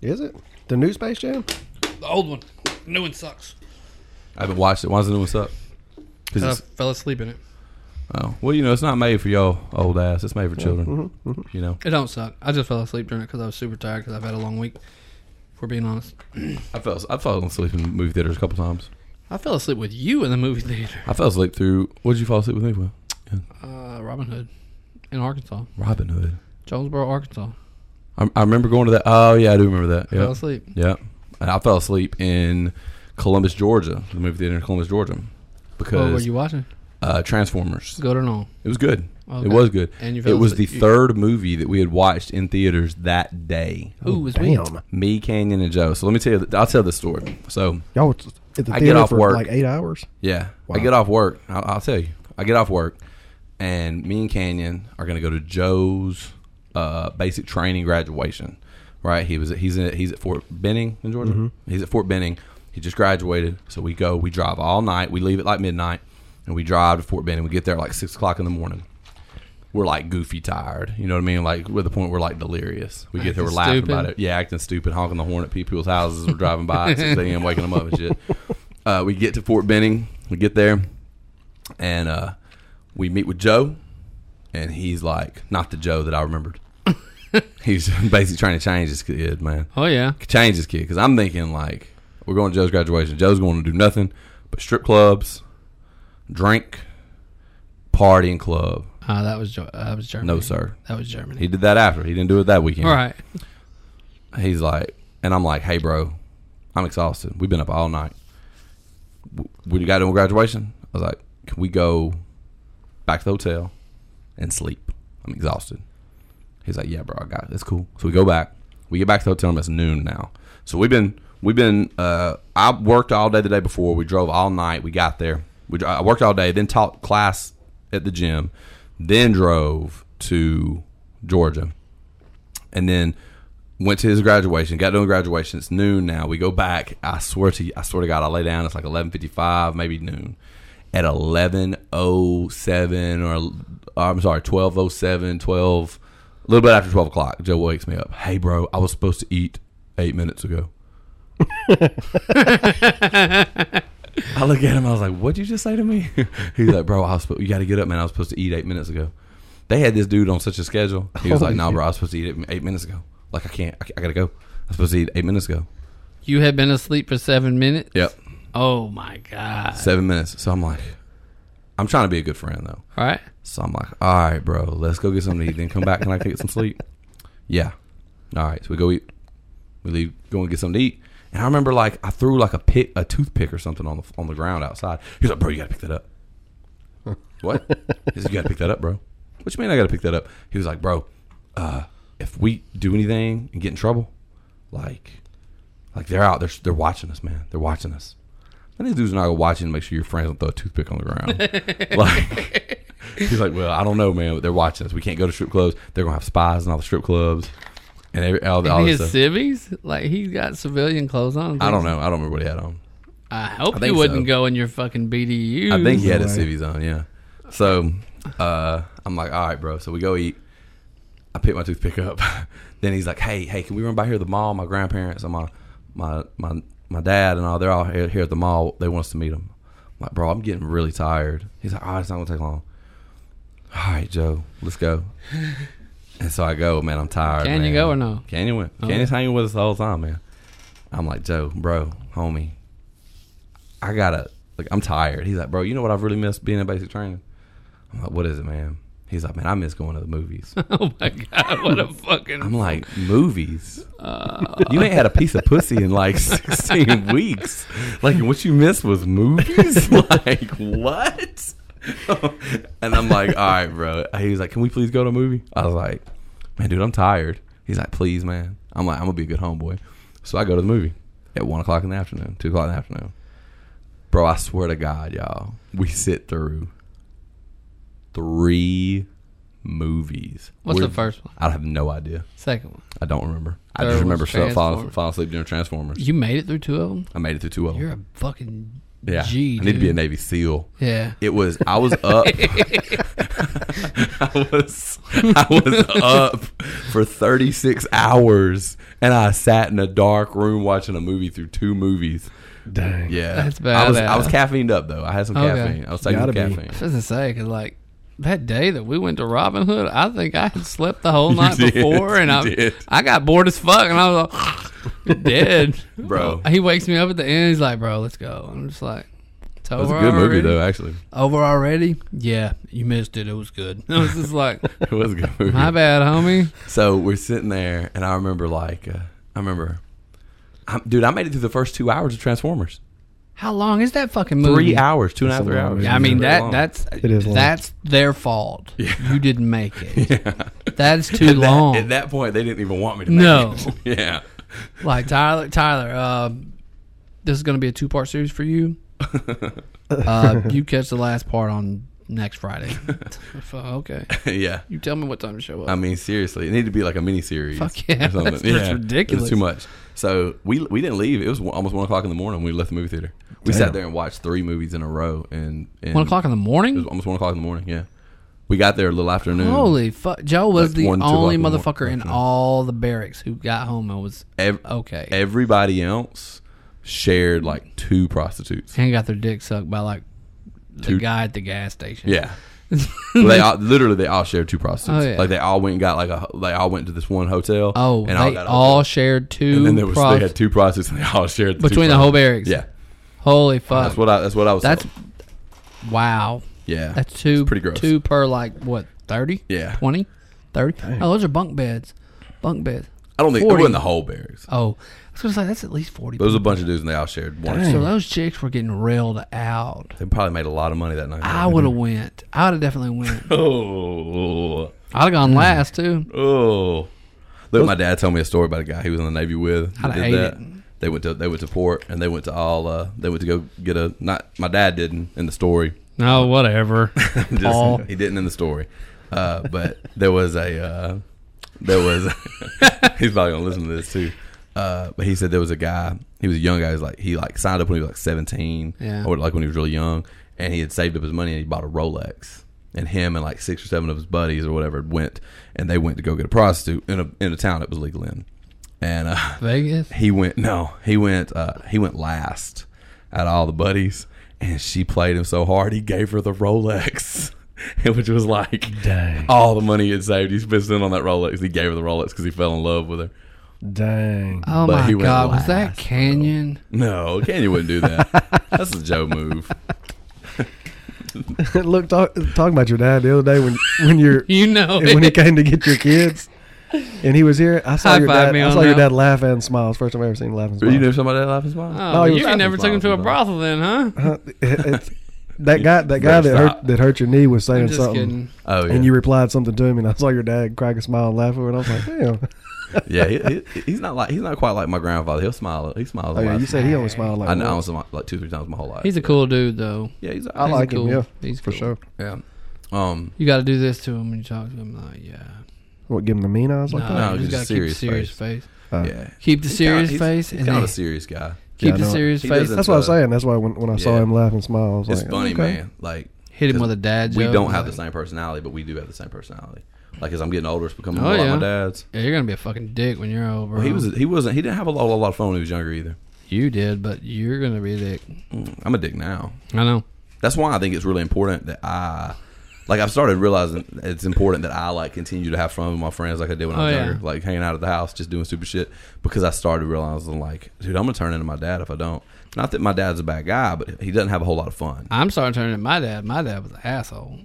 [SPEAKER 5] Is it the new Space Jam?
[SPEAKER 4] The old one. The new one sucks.
[SPEAKER 3] I haven't watched it. Why doesn't it what's up? 'Cause
[SPEAKER 4] I
[SPEAKER 3] it's,
[SPEAKER 4] fell asleep in it. Uh,
[SPEAKER 3] oh, well, you know, it's not made for y'all old ass. It's
[SPEAKER 4] Mm-hmm,
[SPEAKER 3] made for children. You know,
[SPEAKER 4] It don't suck. I just fell asleep during it because I was super tired because I've had a long week. If we're being honest,
[SPEAKER 3] I fell I fell asleep in movie theaters a couple times.
[SPEAKER 4] I fell asleep with you in the movie theater.
[SPEAKER 3] I fell asleep through. What did you fall asleep with me with?
[SPEAKER 4] Uh, Robin Hood in Arkansas,
[SPEAKER 3] Robin Hood.
[SPEAKER 4] Jonesboro, Arkansas.
[SPEAKER 3] I, I remember going to that. Oh yeah, I do remember that.
[SPEAKER 4] Fell
[SPEAKER 3] Yeah,
[SPEAKER 4] asleep.
[SPEAKER 3] yeah. And I fell asleep in Columbus, Georgia, the movie theater in Columbus, Georgia,
[SPEAKER 4] Oh, What were
[SPEAKER 3] because
[SPEAKER 4] you watching?
[SPEAKER 3] uh, Transformers.
[SPEAKER 4] Good or no?
[SPEAKER 3] It was good.
[SPEAKER 4] Okay.
[SPEAKER 3] It was good.
[SPEAKER 4] And you fell
[SPEAKER 3] it was the
[SPEAKER 4] asleep. You-
[SPEAKER 3] third movie that we had watched in theaters that day.
[SPEAKER 4] Ooh, it's
[SPEAKER 5] Damn,
[SPEAKER 4] weird.
[SPEAKER 3] Me, Canyon, and Joe. So let me tell you. I'll tell this story. So
[SPEAKER 5] y'all were at the
[SPEAKER 3] I get
[SPEAKER 5] theater
[SPEAKER 3] off
[SPEAKER 5] for
[SPEAKER 3] work.
[SPEAKER 5] like eight hours.
[SPEAKER 3] yeah,
[SPEAKER 5] Wow.
[SPEAKER 3] I get off work. I'll, I'll tell you. I get off work, and me and Canyon are going to go to Joe's uh, basic training graduation. Right? He was he's in, he's at Fort Benning in Georgia. He's at Fort Benning. He just graduated, so we go. We drive all night. We leave at like midnight, and we drive to Fort Benning. We get there at like six o'clock in the morning. We're like goofy tired, you know what I mean? Like we're at the point we're like delirious. We get there, we're
[SPEAKER 4] Acting
[SPEAKER 3] laughing
[SPEAKER 4] stupid.
[SPEAKER 3] about it. Yeah, acting stupid, honking the horn at people's houses. We're driving by at six a.m., waking them up and shit. Uh, we get to Fort Benning. We get there and uh, we meet with Joe, and he's like, not the Joe that I remembered. he's basically trying to change his kid, man.
[SPEAKER 4] Oh yeah.
[SPEAKER 3] Change his kid because I'm thinking like, we're going to Joe's graduation. Joe's going to do nothing but strip clubs, drink, party, and club.
[SPEAKER 4] Ah, that was Ge- that was Germany.
[SPEAKER 3] No, sir.
[SPEAKER 4] That was Germany.
[SPEAKER 3] He did that after. He didn't do it that weekend.
[SPEAKER 4] All right.
[SPEAKER 3] He's like, and I'm like, hey, bro, I'm exhausted. We've been up all night. W- When you got done with graduation, I was like, can we go back to the hotel and sleep? I'm exhausted. He's like, yeah, bro, I got it. That's cool. So we go back. We get back to the hotel room. It's noon now. So we've been, we've been, uh, I worked all day the day before. We drove all night. We got there. We, dr- I worked all day, then taught class at the gym, then drove to Georgia and then went to his graduation. Got done with graduation. It's noon now. We go back. I swear to you, I swear to God, I lay down. It's like eleven fifty five, maybe noon. At eleven oh seven or I'm sorry, twelve oh seven, twelve, a little bit after twelve o'clock. Joe wakes me up. Hey, bro, I was supposed to eat eight minutes ago. I look at him. I was like, "What'd you just say to me?" He's like, "Bro, I was supposed, you got to get up, man. I was supposed to eat eight minutes ago." They had this dude on such a schedule. He was like, "Nah, bro, I was supposed to eat it eight minutes ago. Like, I can't. I, I gotta go. I was supposed to eat eight minutes ago."
[SPEAKER 4] You had been asleep for seven minutes.
[SPEAKER 3] Yep,
[SPEAKER 4] Oh my god.
[SPEAKER 3] seven minutes. So I'm like, I'm trying to be a good friend though.
[SPEAKER 4] All right.
[SPEAKER 3] So I'm like, "All right, bro, let's go get something to eat. Then come back. Can I get some sleep?" Yeah. All right. So we go eat. We leave. Go and get something to eat. And I remember like I threw like a pick, a toothpick or something on the on the ground outside. He's like, "Bro, you gotta pick that up." What? He said, You gotta pick that up, bro. What you mean I gotta pick that up? He was like, Bro, uh, if we do anything and get in trouble, like like they're out, they're they're watching us, man. They're watching us. And these dudes are not gonna watch you and make sure your friends don't throw a toothpick on the ground. like he's like, Well, I don't know, man, but they're watching us. We can't go to strip clubs. They're gonna have spies in all the strip clubs and every, all, the all
[SPEAKER 4] his
[SPEAKER 3] this stuff.
[SPEAKER 4] civvies? Like he's got civilian clothes on.
[SPEAKER 3] I don't know. I don't remember what he had on.
[SPEAKER 4] I hope you
[SPEAKER 3] think
[SPEAKER 4] wouldn't
[SPEAKER 3] so.
[SPEAKER 4] go in your fucking BDU.
[SPEAKER 3] I think he had
[SPEAKER 5] Right.
[SPEAKER 3] his civvies on, yeah. So uh, I'm like, all right, bro. So we go eat. I pick my toothpick up. then he's like, hey, hey, can we run by here at the mall? My grandparents and my my my my dad and all they're all here, here at the mall. They want us to meet them. I'm like, bro, I'm getting really tired. He's like, all right, it's not gonna take long. All right, Joe, let's go. and so I go, man. I'm tired.
[SPEAKER 4] Can you
[SPEAKER 3] man.
[SPEAKER 4] go or no? Oh.
[SPEAKER 3] Canyon went. Canyon's hanging with us the whole time, man. I'm like, Joe, bro, homie, I gotta like I'm tired. He's like, bro, you know what I've really missed being in basic training? I'm like, what is it, man? He's like, man, I miss going to the movies.
[SPEAKER 4] Oh my god! What a fucking.
[SPEAKER 3] I'm like, movies? you ain't had a piece of pussy in like 16 weeks. Like, what you missed was movies? like, what? and I'm like, all right, bro. He was like, can we please go to a movie? I was like, man, dude, I'm tired. He's like, please, man. I'm like, I'm going to be a good homeboy. So I go to the movie at 1 o'clock in the afternoon, 2 o'clock in the afternoon. Bro, I swear to God, y'all, we sit through three movies.
[SPEAKER 4] What's
[SPEAKER 3] We're-
[SPEAKER 4] the first one?
[SPEAKER 3] I have no idea.
[SPEAKER 4] Second one.
[SPEAKER 3] I don't remember. I
[SPEAKER 4] Third
[SPEAKER 3] just
[SPEAKER 4] was
[SPEAKER 3] remember so- falling,
[SPEAKER 4] Transformers.
[SPEAKER 3] falling asleep during Transformers.
[SPEAKER 4] You made it through two of them.
[SPEAKER 3] I made it through two of them.
[SPEAKER 4] You're a fucking
[SPEAKER 3] yeah,
[SPEAKER 4] G.
[SPEAKER 3] I need to be a
[SPEAKER 4] dude.
[SPEAKER 3] Navy SEAL.
[SPEAKER 4] Yeah.
[SPEAKER 3] It was I was up. I was I was up for 36 hours, and I sat in a dark room watching a movie through two movies.
[SPEAKER 5] Dang.
[SPEAKER 3] Yeah,
[SPEAKER 4] That's
[SPEAKER 3] I was I was
[SPEAKER 4] badass.
[SPEAKER 3] caffeined up though. I had some
[SPEAKER 4] Okay.
[SPEAKER 3] caffeine. I was taking some
[SPEAKER 5] Gotta be.
[SPEAKER 3] caffeine.
[SPEAKER 4] I was gonna say because like that day that we went to Robin Hood, I think I had slept the whole night
[SPEAKER 3] did,
[SPEAKER 4] before, and
[SPEAKER 3] you
[SPEAKER 4] I
[SPEAKER 3] did.
[SPEAKER 4] I got bored as fuck, and I was like dead,
[SPEAKER 3] Bro.
[SPEAKER 4] He wakes me up at the end. He's like, "Bro, let's go." I'm just like, "It's
[SPEAKER 3] It was
[SPEAKER 4] over
[SPEAKER 3] a good
[SPEAKER 4] already?
[SPEAKER 3] movie though. Actually,
[SPEAKER 4] Over already? Yeah, you missed it. It was good." I was just like,
[SPEAKER 3] it was a good movie.
[SPEAKER 4] "My bad, homie."
[SPEAKER 3] So we're sitting there, and I remember like uh, I remember, i dude, I made it through the first two hours of Transformers.
[SPEAKER 4] How long is that fucking movie?
[SPEAKER 3] Three hours, two and a half,
[SPEAKER 5] Mm-hmm. That's a
[SPEAKER 3] three
[SPEAKER 5] long
[SPEAKER 3] hours.
[SPEAKER 5] movie.
[SPEAKER 4] Yeah, I mean
[SPEAKER 3] It's very
[SPEAKER 4] that
[SPEAKER 3] long.
[SPEAKER 4] that's
[SPEAKER 5] is long.
[SPEAKER 4] that's their fault. You didn't make it.
[SPEAKER 3] Yeah.
[SPEAKER 4] That's too
[SPEAKER 3] That-
[SPEAKER 4] long.
[SPEAKER 3] at that point, they didn't even want me to.
[SPEAKER 4] No.
[SPEAKER 3] make it. yeah.
[SPEAKER 4] like Tyler, Tyler, um, Uh, this is going to be a two part series for you. Uh, you catch the last part on next Friday. Fuck, okay.
[SPEAKER 3] yeah.
[SPEAKER 4] You tell me what time to show up.
[SPEAKER 3] I mean, seriously, it needed to be like a mini series.
[SPEAKER 4] Fuck yeah, that's- that's
[SPEAKER 3] It
[SPEAKER 4] ridiculous.
[SPEAKER 3] was too much. So we we didn't leave. It was one- almost one o'clock in the morning. when We left the movie theater. We sat there and watched three movies in a row. And, and
[SPEAKER 4] One o'clock in the
[SPEAKER 3] It
[SPEAKER 4] morning.
[SPEAKER 3] was almost one o'clock in the morning. Yeah, we got there a little afternoon.
[SPEAKER 4] Holy fuck! Joe was
[SPEAKER 3] Like
[SPEAKER 4] the
[SPEAKER 3] one, two o'clock
[SPEAKER 4] only
[SPEAKER 3] in the
[SPEAKER 4] motherfucker in
[SPEAKER 3] morning.
[SPEAKER 4] all the barracks who got home and was
[SPEAKER 3] Ev-
[SPEAKER 4] okay
[SPEAKER 3] Everybody else shared like two prostitutes.
[SPEAKER 4] and got their dick sucked by like the
[SPEAKER 3] Two-
[SPEAKER 4] guy at the gas station.
[SPEAKER 3] Yeah. they all, literally they all shared two prostitutes.
[SPEAKER 4] Oh, yeah.
[SPEAKER 3] Like they all went and got like a they all went to this one hotel.
[SPEAKER 4] Oh,
[SPEAKER 3] and
[SPEAKER 4] they
[SPEAKER 3] got a
[SPEAKER 4] all
[SPEAKER 3] hotel.
[SPEAKER 4] shared two.
[SPEAKER 3] and then there was
[SPEAKER 4] prof-
[SPEAKER 3] they had two prostitutes and they all shared the two
[SPEAKER 4] Between the whole
[SPEAKER 3] prostitutes.
[SPEAKER 4] barracks.
[SPEAKER 3] Yeah,
[SPEAKER 4] Holy fuck!
[SPEAKER 3] that's what I that's what I was.
[SPEAKER 4] That's
[SPEAKER 3] told.
[SPEAKER 4] wow.
[SPEAKER 3] yeah.
[SPEAKER 4] That's two.
[SPEAKER 3] pretty gross.
[SPEAKER 4] Two per like what? Thirty?
[SPEAKER 3] Yeah.
[SPEAKER 4] 20? 30? Oh, those are bunk beds. Bunk beds.
[SPEAKER 3] I don't think it
[SPEAKER 4] 40.
[SPEAKER 3] wasn't the whole barracks.
[SPEAKER 4] Oh, I was gonna say that's at least forty.
[SPEAKER 3] There was a bunch of dudes and they all shared one. or
[SPEAKER 4] so
[SPEAKER 3] two.
[SPEAKER 4] those chicks were getting railed out.
[SPEAKER 3] They probably made a lot of money that night.
[SPEAKER 4] I would have went. I would have definitely went.
[SPEAKER 3] Oh,
[SPEAKER 4] I'd have gone last too.
[SPEAKER 3] oh. Look, my dad told me a story about a guy he was in the Navy with. that
[SPEAKER 4] I'da
[SPEAKER 3] did
[SPEAKER 4] ate
[SPEAKER 3] that.
[SPEAKER 4] it.
[SPEAKER 3] They went to they went to port and they went to all uh, they went to go get a not my dad didn't in the story
[SPEAKER 4] No, whatever.
[SPEAKER 3] Just-
[SPEAKER 4] Paul.
[SPEAKER 3] He didn't in the story, uh, but there was a uh, there was he's probably gonna listen to this too. Uh, but he said there was a guy. He was a young guy. He was like he like signed up when he was like seventeen,
[SPEAKER 4] Yeah.
[SPEAKER 3] or like when he was really young, and he had saved up his money and he bought a Rolex. And him and like six or seven of his buddies or whatever went, and they went to go get a prostitute in a in a town that was legal in, and uh,
[SPEAKER 4] Vegas.
[SPEAKER 3] he went no he went uh he went last at all the buddies and she played him so hard he gave her the rolex which was like
[SPEAKER 5] Dang.
[SPEAKER 3] all the money he had saved he spent it on that rolex he gave her the rolex because he fell in love with her
[SPEAKER 5] Dang.
[SPEAKER 4] Oh
[SPEAKER 3] But
[SPEAKER 4] my
[SPEAKER 3] he went
[SPEAKER 4] god, was that
[SPEAKER 3] last, bro.
[SPEAKER 4] Canyon?
[SPEAKER 3] no canyon wouldn't do that that's a joe move
[SPEAKER 5] Look, talk, talking about your dad the other day when when you're
[SPEAKER 4] You know
[SPEAKER 5] when he
[SPEAKER 4] it.
[SPEAKER 5] came to get your kids, and he was here. I saw
[SPEAKER 4] High
[SPEAKER 5] your
[SPEAKER 4] five
[SPEAKER 5] dad.
[SPEAKER 4] me
[SPEAKER 5] I
[SPEAKER 4] on
[SPEAKER 5] saw your
[SPEAKER 4] that.
[SPEAKER 5] dad laugh and smile. It's the First time I ever seen him laugh and smile.
[SPEAKER 3] you know somebody that laughs and smiles
[SPEAKER 4] Oh,
[SPEAKER 5] No, he was
[SPEAKER 4] you ain't
[SPEAKER 5] laughing
[SPEAKER 4] never took him to a brothel then, huh?
[SPEAKER 5] Huh? Uh-huh. It- it's- that guy, that guy
[SPEAKER 3] Better
[SPEAKER 5] that hurt
[SPEAKER 3] stop.
[SPEAKER 5] that hurt your knee was saying
[SPEAKER 4] I'm just
[SPEAKER 5] something,
[SPEAKER 4] kidding.
[SPEAKER 3] oh yeah
[SPEAKER 5] and you replied something to him, and I saw your dad crack a smile and laugh over, it, and I was like, damn.
[SPEAKER 3] yeah he, he- he's not like he's not quite like my grandfather he'll smile he smiles
[SPEAKER 5] Oh
[SPEAKER 3] a
[SPEAKER 5] yeah,
[SPEAKER 3] lot.
[SPEAKER 5] you said he only smiled like
[SPEAKER 3] I know I
[SPEAKER 5] once.
[SPEAKER 3] was like two three times my whole life
[SPEAKER 4] He's a cool dude though.
[SPEAKER 3] yeah he's
[SPEAKER 5] I
[SPEAKER 4] He's
[SPEAKER 5] like
[SPEAKER 4] cool.
[SPEAKER 5] him, yeah,
[SPEAKER 4] He's
[SPEAKER 5] for
[SPEAKER 4] cool.
[SPEAKER 5] sure.
[SPEAKER 3] yeah um
[SPEAKER 4] You got to do this to him when you talk to him. Like, yeah,
[SPEAKER 5] What, give him the mean eyes like
[SPEAKER 4] no,
[SPEAKER 5] that?
[SPEAKER 3] No,
[SPEAKER 4] you just
[SPEAKER 3] just
[SPEAKER 4] gotta
[SPEAKER 3] a serious
[SPEAKER 4] keep the serious face.
[SPEAKER 5] Uh,
[SPEAKER 3] yeah
[SPEAKER 4] Keep the
[SPEAKER 3] He's
[SPEAKER 4] serious
[SPEAKER 3] kinda-
[SPEAKER 4] face,
[SPEAKER 3] He's,
[SPEAKER 4] and
[SPEAKER 3] he's kind
[SPEAKER 4] then
[SPEAKER 3] of a serious guy.
[SPEAKER 5] Yeah,
[SPEAKER 4] keep
[SPEAKER 5] I
[SPEAKER 4] the
[SPEAKER 5] know.
[SPEAKER 4] serious
[SPEAKER 3] He
[SPEAKER 4] face.
[SPEAKER 3] doesn't-
[SPEAKER 5] That's what I'm
[SPEAKER 3] uh,
[SPEAKER 5] saying. That's why when, when I saw
[SPEAKER 3] yeah.
[SPEAKER 5] him laugh and smile, I was
[SPEAKER 3] It's
[SPEAKER 5] like,
[SPEAKER 3] funny,
[SPEAKER 5] okay.
[SPEAKER 3] man. Like
[SPEAKER 4] Hit him
[SPEAKER 3] 'cause
[SPEAKER 4] with a dad
[SPEAKER 3] We
[SPEAKER 4] joke,
[SPEAKER 3] don't have the
[SPEAKER 4] like-
[SPEAKER 3] same personality, but we do have the same personality. Like as I'm getting older, it's becoming
[SPEAKER 4] Oh,
[SPEAKER 3] more
[SPEAKER 4] yeah.
[SPEAKER 3] like my dad's.
[SPEAKER 4] Yeah, you're gonna be a fucking dick when you're old, bro.
[SPEAKER 3] Well, he was he wasn't he didn't have a lot, a lot of fun when he was younger either.
[SPEAKER 4] you did, but you're gonna be a dick.
[SPEAKER 3] I'm a dick now.
[SPEAKER 4] I know.
[SPEAKER 3] That's why I think it's really important that I like I've started realizing it's important that I like continue to have fun with my friends like I did when I was
[SPEAKER 4] Oh, yeah.
[SPEAKER 3] younger, like hanging out at the house, just doing stupid shit. Because I started realizing like, dude, I'm gonna turn into my dad if I don't. Not that my dad's a bad guy, but he doesn't have a whole lot of fun.
[SPEAKER 4] I'm starting to turn into my dad. My dad was an asshole.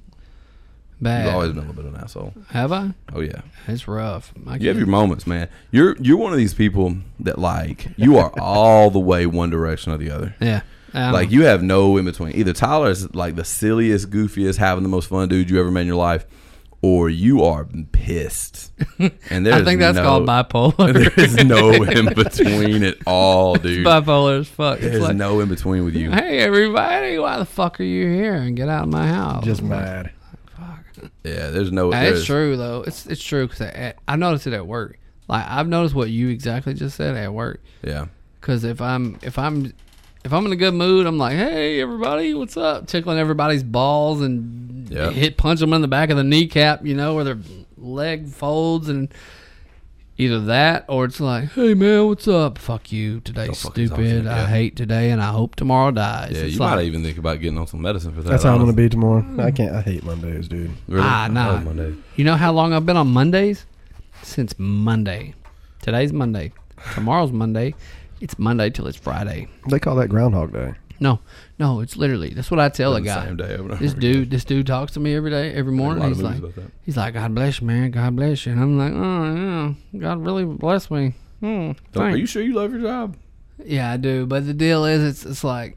[SPEAKER 4] Bad.
[SPEAKER 3] He's always been a little bit of an asshole.
[SPEAKER 4] have I?
[SPEAKER 3] Oh yeah.
[SPEAKER 4] It's rough. I
[SPEAKER 3] You have
[SPEAKER 4] can't-
[SPEAKER 3] your moments, man. You're you're one of these people that like you are all the way one direction or the other.
[SPEAKER 4] yeah. I
[SPEAKER 3] Like
[SPEAKER 4] know.
[SPEAKER 3] you have no in between. Either Tyler is like the silliest, goofiest, having the most fun dude you ever met in your life, or you are pissed. And there's
[SPEAKER 4] I think that's
[SPEAKER 3] no,
[SPEAKER 4] called bipolar.
[SPEAKER 3] There is no in between at all, dude.
[SPEAKER 4] bipolar as fuck. It's
[SPEAKER 3] There's
[SPEAKER 4] like,
[SPEAKER 3] no in between with you.
[SPEAKER 4] hey everybody, why the fuck are you here? And get out of my house.
[SPEAKER 5] Just
[SPEAKER 4] Like,
[SPEAKER 5] mad.
[SPEAKER 3] Yeah, there's no.
[SPEAKER 4] Hey,
[SPEAKER 3] There's,
[SPEAKER 4] it's true though. It's it's true because I, I noticed it at work. Like I've noticed what you exactly just said at work.
[SPEAKER 3] Yeah,
[SPEAKER 4] Because if I'm if I'm if I'm in a good mood, I'm like, hey everybody, what's up? Tickling everybody's balls and
[SPEAKER 3] Yeah.
[SPEAKER 4] hit punch them in the back of the kneecap, you know, where their leg folds and either that or it's like, hey man, what's up? Fuck you,
[SPEAKER 3] fucking
[SPEAKER 4] today's
[SPEAKER 3] talk to me,
[SPEAKER 4] stupid. I
[SPEAKER 3] yeah.
[SPEAKER 4] hate today and I hope tomorrow dies.
[SPEAKER 3] yeah.
[SPEAKER 4] It's
[SPEAKER 3] You
[SPEAKER 4] like,
[SPEAKER 3] might even think about getting on some medicine for that.
[SPEAKER 5] That's how I'm gonna
[SPEAKER 3] honestly.
[SPEAKER 5] be tomorrow. I
[SPEAKER 4] Hmm.
[SPEAKER 5] can't. I hate Mondays, dude.
[SPEAKER 3] Really?
[SPEAKER 4] Ah,
[SPEAKER 3] I
[SPEAKER 4] nah.
[SPEAKER 3] love Monday.
[SPEAKER 4] You know how long I've been on Mondays? Since Monday. Today's Monday. Tomorrow's Monday. It's Monday till it's Friday.
[SPEAKER 5] They call that Groundhog Day.
[SPEAKER 4] No, no, it's literally that's what I tell a
[SPEAKER 3] The
[SPEAKER 4] guy.
[SPEAKER 3] same day over and
[SPEAKER 4] This
[SPEAKER 3] over
[SPEAKER 4] dude, this dude talks to me every day, every morning.
[SPEAKER 3] lot
[SPEAKER 4] He's
[SPEAKER 3] of
[SPEAKER 4] like,
[SPEAKER 3] movies about that.
[SPEAKER 4] he's like, God bless you, man. God bless you. And I'm like, oh yeah, God really bless me. Hmm,
[SPEAKER 3] Don't- Are
[SPEAKER 4] thanks."
[SPEAKER 3] you sure you love your job?
[SPEAKER 4] Yeah, I do. But the deal is, it's it's like,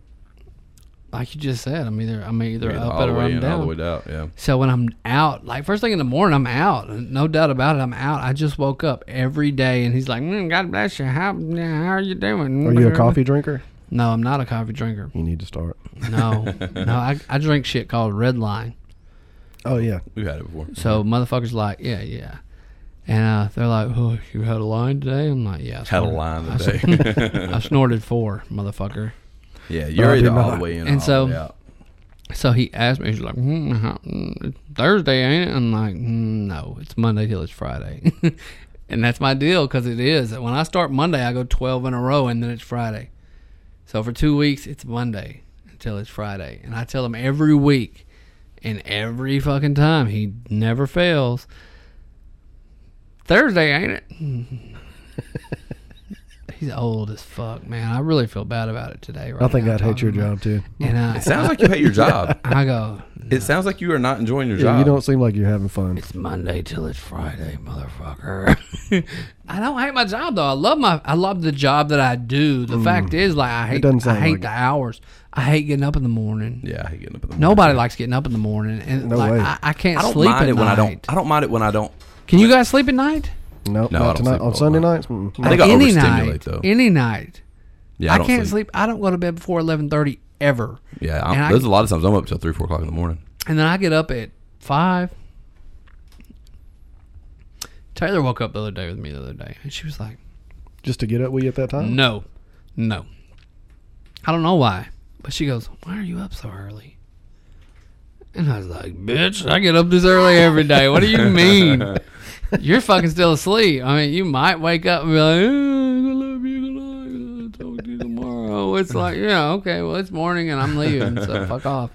[SPEAKER 4] like you just said, I'm either I'm either
[SPEAKER 3] Yeah,
[SPEAKER 4] up
[SPEAKER 3] all
[SPEAKER 4] it
[SPEAKER 3] the
[SPEAKER 4] or
[SPEAKER 3] way
[SPEAKER 4] I'm
[SPEAKER 3] in, all the way
[SPEAKER 4] down.
[SPEAKER 3] down. Yeah.
[SPEAKER 4] So when I'm out, like first thing in the morning, I'm out. No doubt about it, I'm out. I just woke up every day, and he's like, mm, God bless you. How how are you doing?
[SPEAKER 5] Are you a coffee drinker?
[SPEAKER 4] No, I'm not a coffee drinker.
[SPEAKER 5] You need to start.
[SPEAKER 4] No, no, I, I drink shit called Red Line.
[SPEAKER 5] Oh yeah,
[SPEAKER 6] We've had it before.
[SPEAKER 4] So motherfuckers like, yeah, yeah. And uh, they're like, oh, you had a line today? I'm like, yeah. I
[SPEAKER 6] Had a
[SPEAKER 4] snorted-
[SPEAKER 6] line
[SPEAKER 4] I
[SPEAKER 6] today.
[SPEAKER 4] snorted- I snorted four, motherfucker.
[SPEAKER 6] Yeah,
[SPEAKER 5] I
[SPEAKER 6] you're
[SPEAKER 5] did
[SPEAKER 6] either all
[SPEAKER 5] not.
[SPEAKER 6] the way in. or
[SPEAKER 4] And
[SPEAKER 6] all
[SPEAKER 4] so-
[SPEAKER 6] the way out.
[SPEAKER 4] So he asked me, he's like, mm, how- mm, Thursday, ain't it? I'm like, mm, no, it's Monday till it's Friday. and that's my deal because it is. When I start Monday, I go 12 in a row and then it's Friday. So for two weeks, it's Monday until it's Friday. And I tell him every week and every fucking time, he never fails. Thursday, ain't it? He's old as fuck, man. I really feel bad about it today. Right
[SPEAKER 5] I think
[SPEAKER 4] now,
[SPEAKER 5] I'd hate
[SPEAKER 4] talking
[SPEAKER 5] your
[SPEAKER 4] about
[SPEAKER 5] job too.
[SPEAKER 4] it. And I,
[SPEAKER 3] Sounds like you hate your job.
[SPEAKER 4] I go,
[SPEAKER 3] It sounds like you are not enjoying your
[SPEAKER 5] Yeah,
[SPEAKER 3] job.
[SPEAKER 5] you don't seem like you're having fun.
[SPEAKER 4] It's Monday till it's Friday, motherfucker. I don't hate my job though. I love my I love the job that I do.
[SPEAKER 3] Mm.
[SPEAKER 4] The fact is like I hate
[SPEAKER 5] doesn't sound
[SPEAKER 4] I hate
[SPEAKER 5] like
[SPEAKER 4] the
[SPEAKER 5] it.
[SPEAKER 4] hours. I hate getting up in the morning.
[SPEAKER 3] Yeah, I hate getting up in the morning.
[SPEAKER 4] Nobody likes getting up in the morning and
[SPEAKER 5] No
[SPEAKER 4] like
[SPEAKER 5] way.
[SPEAKER 4] I, I can't
[SPEAKER 3] I don't
[SPEAKER 4] sleep
[SPEAKER 3] mind
[SPEAKER 4] at
[SPEAKER 3] it when
[SPEAKER 4] night.
[SPEAKER 3] I don't. I don't mind it when I don't.
[SPEAKER 4] Can you guys sleep at night?
[SPEAKER 3] No,
[SPEAKER 5] No,
[SPEAKER 3] I
[SPEAKER 5] not
[SPEAKER 3] don't
[SPEAKER 5] tonight.
[SPEAKER 3] sleep
[SPEAKER 5] On
[SPEAKER 3] all
[SPEAKER 5] Sunday
[SPEAKER 3] night.
[SPEAKER 5] nights, Mm-mm.
[SPEAKER 3] I think I
[SPEAKER 4] any
[SPEAKER 3] overstimulate
[SPEAKER 4] night.
[SPEAKER 3] though.
[SPEAKER 4] Any night.
[SPEAKER 3] Yeah, I,
[SPEAKER 4] I,
[SPEAKER 3] don't
[SPEAKER 4] can't
[SPEAKER 3] sleep.
[SPEAKER 4] sleep. I don't go to bed before eleven thirty ever.
[SPEAKER 3] Yeah,
[SPEAKER 4] And I-
[SPEAKER 3] I'm, there's a lot of times I'm up till three, four o'clock in the morning.
[SPEAKER 4] And then I get up at five. Taylor woke up the other day with me the other day and she was like
[SPEAKER 5] just to get up with you at that time.
[SPEAKER 4] No, no. I don't know why, but she goes, "Why are you up so early?" And I was like, "Bitch, I get up this early every day. What do you mean? You're fucking still asleep. I mean, you might wake up and be like." "Eh, I love you tonight. I'll talk to you tomorrow." It's like, yeah, okay, well, it's morning and I'm leaving, so fuck off.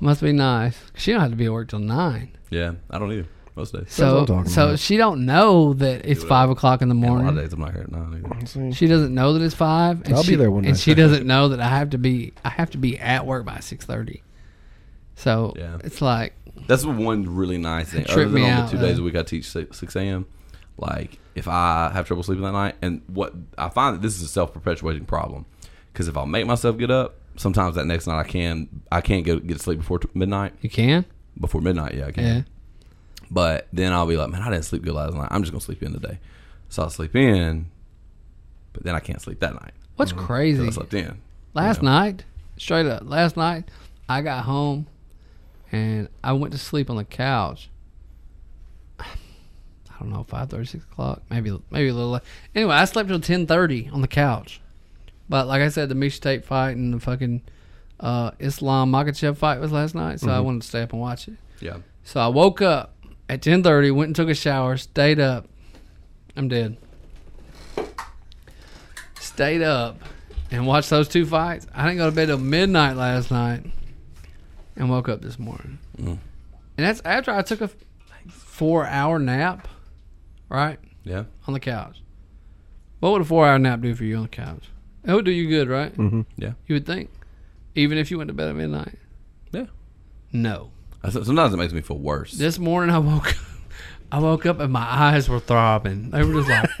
[SPEAKER 4] Must be nice. She don't have to be at work till nine,
[SPEAKER 3] Yeah, I don't either most days.
[SPEAKER 5] what I'm
[SPEAKER 4] so
[SPEAKER 5] talking
[SPEAKER 4] so
[SPEAKER 5] about.
[SPEAKER 4] she don't know that it's five o'clock in the
[SPEAKER 3] And a lot
[SPEAKER 4] morning.
[SPEAKER 3] of days I'm not here at nine either.
[SPEAKER 5] See?
[SPEAKER 4] She doesn't know that it's five. And
[SPEAKER 5] I'll be
[SPEAKER 4] she,
[SPEAKER 5] there one
[SPEAKER 4] And
[SPEAKER 5] day.
[SPEAKER 4] she doesn't know that I have to be. I have to be at work by six thirty. So
[SPEAKER 3] Yeah.
[SPEAKER 4] it's like
[SPEAKER 3] That's the one really nice thing.
[SPEAKER 4] It
[SPEAKER 3] Other
[SPEAKER 4] tripped
[SPEAKER 3] than
[SPEAKER 4] me
[SPEAKER 3] on
[SPEAKER 4] out,
[SPEAKER 3] the two days
[SPEAKER 4] though.
[SPEAKER 3] a week I teach six, 6 a.m., like if I have trouble sleeping that night, and what I find that this is a self perpetuating problem, because if I make myself get up, sometimes that next night I can I can't go get to sleep before t- midnight.
[SPEAKER 4] you can.
[SPEAKER 3] Before midnight, yeah, I can.
[SPEAKER 4] Yeah.
[SPEAKER 3] But then I'll be like, man, I didn't sleep good last night. I'm just gonna sleep in today. So I will sleep in, but then I can't sleep that night
[SPEAKER 4] What's
[SPEAKER 3] 'cause
[SPEAKER 4] crazy?
[SPEAKER 3] I slept in.
[SPEAKER 4] Last night, straight up. Last night, I got home, and I went to sleep on the couch. I don't know, five thirty, six o'clock, maybe maybe a little. Late. Anyway, I slept till ten thirty on the couch. But like I said, the Misha Tate fight and the fucking uh, Islam Makachev fight was last night, so I wanted to stay up and watch it.
[SPEAKER 3] Yeah,
[SPEAKER 4] So I woke up at ten thirty, went and took a shower, stayed up. I'm dead. Stayed up and watched those two fights. I didn't go to bed till midnight last night, and woke up this morning. And that's after I took a four hour nap, right
[SPEAKER 3] yeah.
[SPEAKER 4] on the couch. What would a four hour nap do for you on the couch? It would do you good, right? Mm-hmm.
[SPEAKER 3] Yeah.
[SPEAKER 4] you would think, even if you went to bed at midnight.
[SPEAKER 3] Yeah.
[SPEAKER 4] No.
[SPEAKER 3] I- Sometimes it makes me feel worse.
[SPEAKER 4] This morning I woke up. I woke up and my eyes were throbbing. They were just like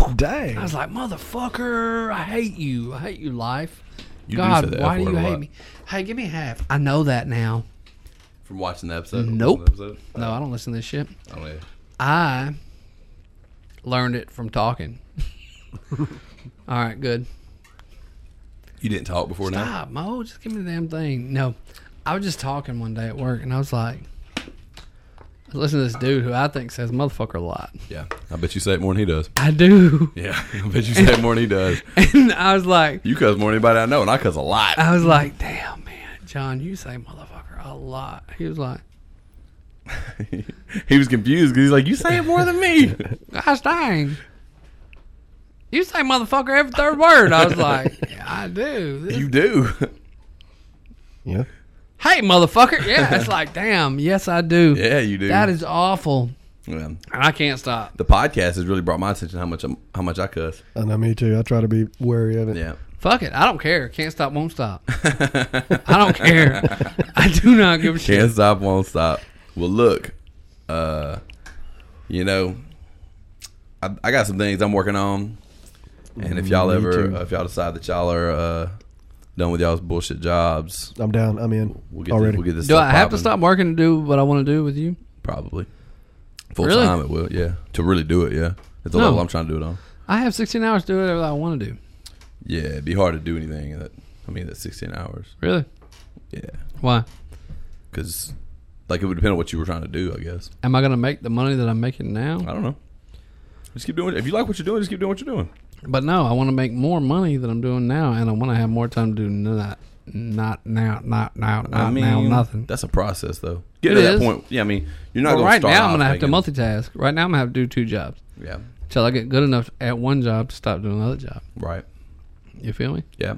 [SPEAKER 4] I
[SPEAKER 5] Dang,
[SPEAKER 4] was like, motherfucker, I hate you. I hate you, life.
[SPEAKER 3] You do say
[SPEAKER 4] God,
[SPEAKER 3] the F
[SPEAKER 4] why do
[SPEAKER 3] word
[SPEAKER 4] you
[SPEAKER 3] a
[SPEAKER 4] hate
[SPEAKER 3] lot.
[SPEAKER 4] me? Hey, give me half. I know that now.
[SPEAKER 3] From watching the episode.
[SPEAKER 4] Nope.
[SPEAKER 3] listening to the episode?
[SPEAKER 4] No, I don't listen to this shit.
[SPEAKER 3] I don't either.
[SPEAKER 4] I learned it from talking. All right, good.
[SPEAKER 3] You didn't talk before now.
[SPEAKER 4] Stop, Mo. Just give me the damn thing. No, I was just talking one day at work, and I was like, I was listening to this dude who I think says motherfucker a lot.
[SPEAKER 3] Yeah, I bet you say it more than he does.
[SPEAKER 4] I do.
[SPEAKER 3] Yeah, I bet you say it more than he does.
[SPEAKER 4] And I was like,
[SPEAKER 3] You cuss more than anybody I know, and I cuss a lot.
[SPEAKER 4] I was like, damn, man, John, you say motherfucker a lot. He was like,
[SPEAKER 3] he was confused because he's like, "You say it more than me."
[SPEAKER 4] gosh dang. You say motherfucker every third word. I was like, yeah, I do. This-
[SPEAKER 3] you do.
[SPEAKER 5] yeah,
[SPEAKER 4] hey, motherfucker. Yeah, it's like, damn, yes, I do.
[SPEAKER 3] Yeah, you do.
[SPEAKER 4] That is awful.
[SPEAKER 3] Yeah.
[SPEAKER 4] And I can't stop.
[SPEAKER 3] The podcast has really brought my attention how much I'm, how much I cuss.
[SPEAKER 5] I know me too. I try to be wary of it.
[SPEAKER 3] Yeah,
[SPEAKER 4] Fuck it. I don't care. Can't stop, won't stop. I don't care. I do not give a
[SPEAKER 3] can't
[SPEAKER 4] shit.
[SPEAKER 3] stop, won't stop. Well, look, uh, you know, I, I got some things I'm working on, and if y'all
[SPEAKER 5] Me
[SPEAKER 3] ever, uh,
[SPEAKER 5] too.
[SPEAKER 3] if y'all decide that y'all are uh, done with y'all's bullshit jobs,
[SPEAKER 5] I'm down. I'm in
[SPEAKER 3] we'll get
[SPEAKER 5] already.
[SPEAKER 3] This, we'll get this.
[SPEAKER 4] Do
[SPEAKER 3] stuff
[SPEAKER 4] I have to
[SPEAKER 3] popping.
[SPEAKER 4] stop working to do what I want to do with you?
[SPEAKER 3] Probably. Full
[SPEAKER 4] Really?
[SPEAKER 3] time it will, yeah. To really do it, yeah. At the
[SPEAKER 4] No.
[SPEAKER 3] level I'm trying to do it on.
[SPEAKER 4] I have 16 hours to do whatever I want to do.
[SPEAKER 3] Yeah, it'd be hard to do anything that I mean that's sixteen hours.
[SPEAKER 4] Really?
[SPEAKER 3] Yeah.
[SPEAKER 4] Why?
[SPEAKER 3] Cause Like it would depend on what you were trying to do, I guess.
[SPEAKER 4] Am I gonna make the money that I'm making now?
[SPEAKER 3] I don't know. Just keep doing it. If you like what you're doing, just keep doing what you're doing.
[SPEAKER 4] But no, I want to make more money than I'm doing now, and I want to have more time to do not, not now, not now, not
[SPEAKER 3] I mean,
[SPEAKER 4] now, nothing.
[SPEAKER 3] That's a process, though. Get
[SPEAKER 4] It
[SPEAKER 3] to that
[SPEAKER 4] is.
[SPEAKER 3] point. Yeah, I mean, you're not
[SPEAKER 4] But
[SPEAKER 3] going
[SPEAKER 4] right
[SPEAKER 3] start
[SPEAKER 4] now,
[SPEAKER 3] off
[SPEAKER 4] I'm gonna have
[SPEAKER 3] making-
[SPEAKER 4] to multitask. Right now, I'm gonna have to do two jobs
[SPEAKER 3] Yeah,
[SPEAKER 4] until I get good enough at one job to stop doing another job.
[SPEAKER 3] right.
[SPEAKER 4] You feel me?
[SPEAKER 3] Yeah,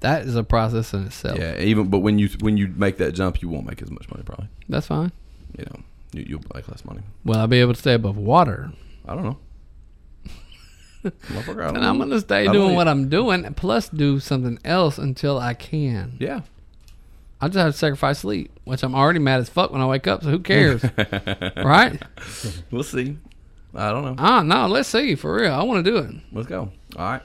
[SPEAKER 4] That is a process in itself.
[SPEAKER 3] yeah. Even but when you when you make that jump, you won't make as much money probably.
[SPEAKER 4] That's fine.
[SPEAKER 3] You know, you, you'll make less money.
[SPEAKER 4] Will I be able to stay above water?
[SPEAKER 3] I don't know. Motherfucker, I don't
[SPEAKER 4] And
[SPEAKER 3] know.
[SPEAKER 4] I'm gonna stay
[SPEAKER 3] I
[SPEAKER 4] doing
[SPEAKER 3] don't
[SPEAKER 4] what I'm doing, plus do something else until I can.
[SPEAKER 3] Yeah,
[SPEAKER 4] I just have to sacrifice sleep, which I'm already mad as fuck when I wake up. So who cares, right?
[SPEAKER 3] we'll see. I don't know.
[SPEAKER 4] Ah, no, let's see for real. I want to do it.
[SPEAKER 3] Let's go. All right.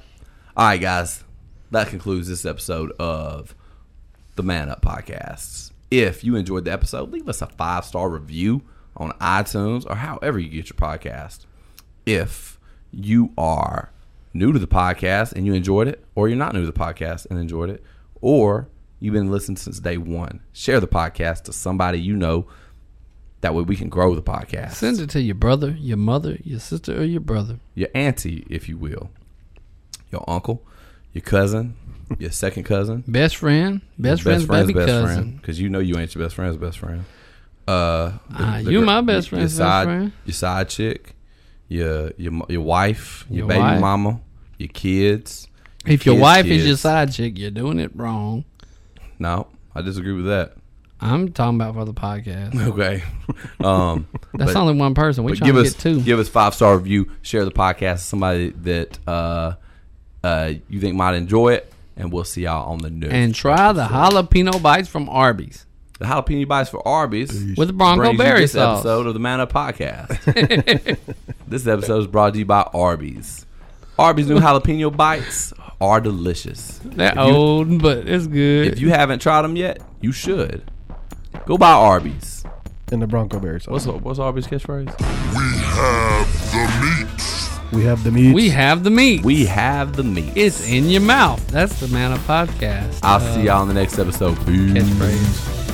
[SPEAKER 3] All right, guys. That concludes this episode of the Man Up Podcasts. If you enjoyed the episode, leave us a five star review on iTunes or however you get your podcast. If you are new to the podcast and you enjoyed it, or you're not new to the podcast and enjoyed it, or you've been listening since day one, share the podcast to somebody you know. That way we can grow the podcast.
[SPEAKER 4] Send it to your brother, your mother, your sister, or your brother.
[SPEAKER 3] your auntie, if you will, your uncle, your cousin, your second cousin,
[SPEAKER 4] Best friend, best, friend's, baby cousin.
[SPEAKER 3] because you know you ain't your best friend's best friend. Uh,
[SPEAKER 4] Ah, you
[SPEAKER 3] gr-
[SPEAKER 4] my best
[SPEAKER 3] your
[SPEAKER 4] friend's best
[SPEAKER 3] side,
[SPEAKER 4] friend.
[SPEAKER 3] your side chick, your your mo- your wife, your,
[SPEAKER 4] Your
[SPEAKER 3] baby
[SPEAKER 4] wife.
[SPEAKER 3] mama, your kids.
[SPEAKER 4] If your
[SPEAKER 3] kids'
[SPEAKER 4] wife is your
[SPEAKER 3] kids.
[SPEAKER 4] side chick, you're doing it wrong.
[SPEAKER 3] No, I disagree with that.
[SPEAKER 4] I'm talking about for the podcast.
[SPEAKER 3] Okay, um,
[SPEAKER 4] That's only one person. We
[SPEAKER 3] but
[SPEAKER 4] trying
[SPEAKER 3] give
[SPEAKER 4] to
[SPEAKER 3] us
[SPEAKER 4] get two.
[SPEAKER 3] give us five star review. Share the podcast to somebody that uh, uh, you think might enjoy it, and we'll see y'all on the next.
[SPEAKER 4] and try the jalapeno bites from Arby's.
[SPEAKER 3] the jalapeno bites for Arby's
[SPEAKER 4] With the Bronco
[SPEAKER 3] brings you
[SPEAKER 4] Berry
[SPEAKER 3] this
[SPEAKER 4] sauce.
[SPEAKER 3] episode of the Man Up Podcast. this episode is brought to you by Arby's. Arby's new jalapeno bites are delicious.
[SPEAKER 4] They're
[SPEAKER 3] you-
[SPEAKER 4] old, but it's good.
[SPEAKER 3] If you haven't tried them yet, you should. Go buy Arby's.
[SPEAKER 5] And the Bronco Berries.
[SPEAKER 3] What's what's Arby's catchphrase?
[SPEAKER 1] We have the meat.
[SPEAKER 5] We have
[SPEAKER 4] we have the
[SPEAKER 5] the meat.
[SPEAKER 4] meat.
[SPEAKER 3] We have the meat.
[SPEAKER 4] it's in your mouth. That's the Man of Podcast.
[SPEAKER 3] I'll
[SPEAKER 4] uh,
[SPEAKER 3] see y'all in the next episode. Peace.
[SPEAKER 4] Catchphrase.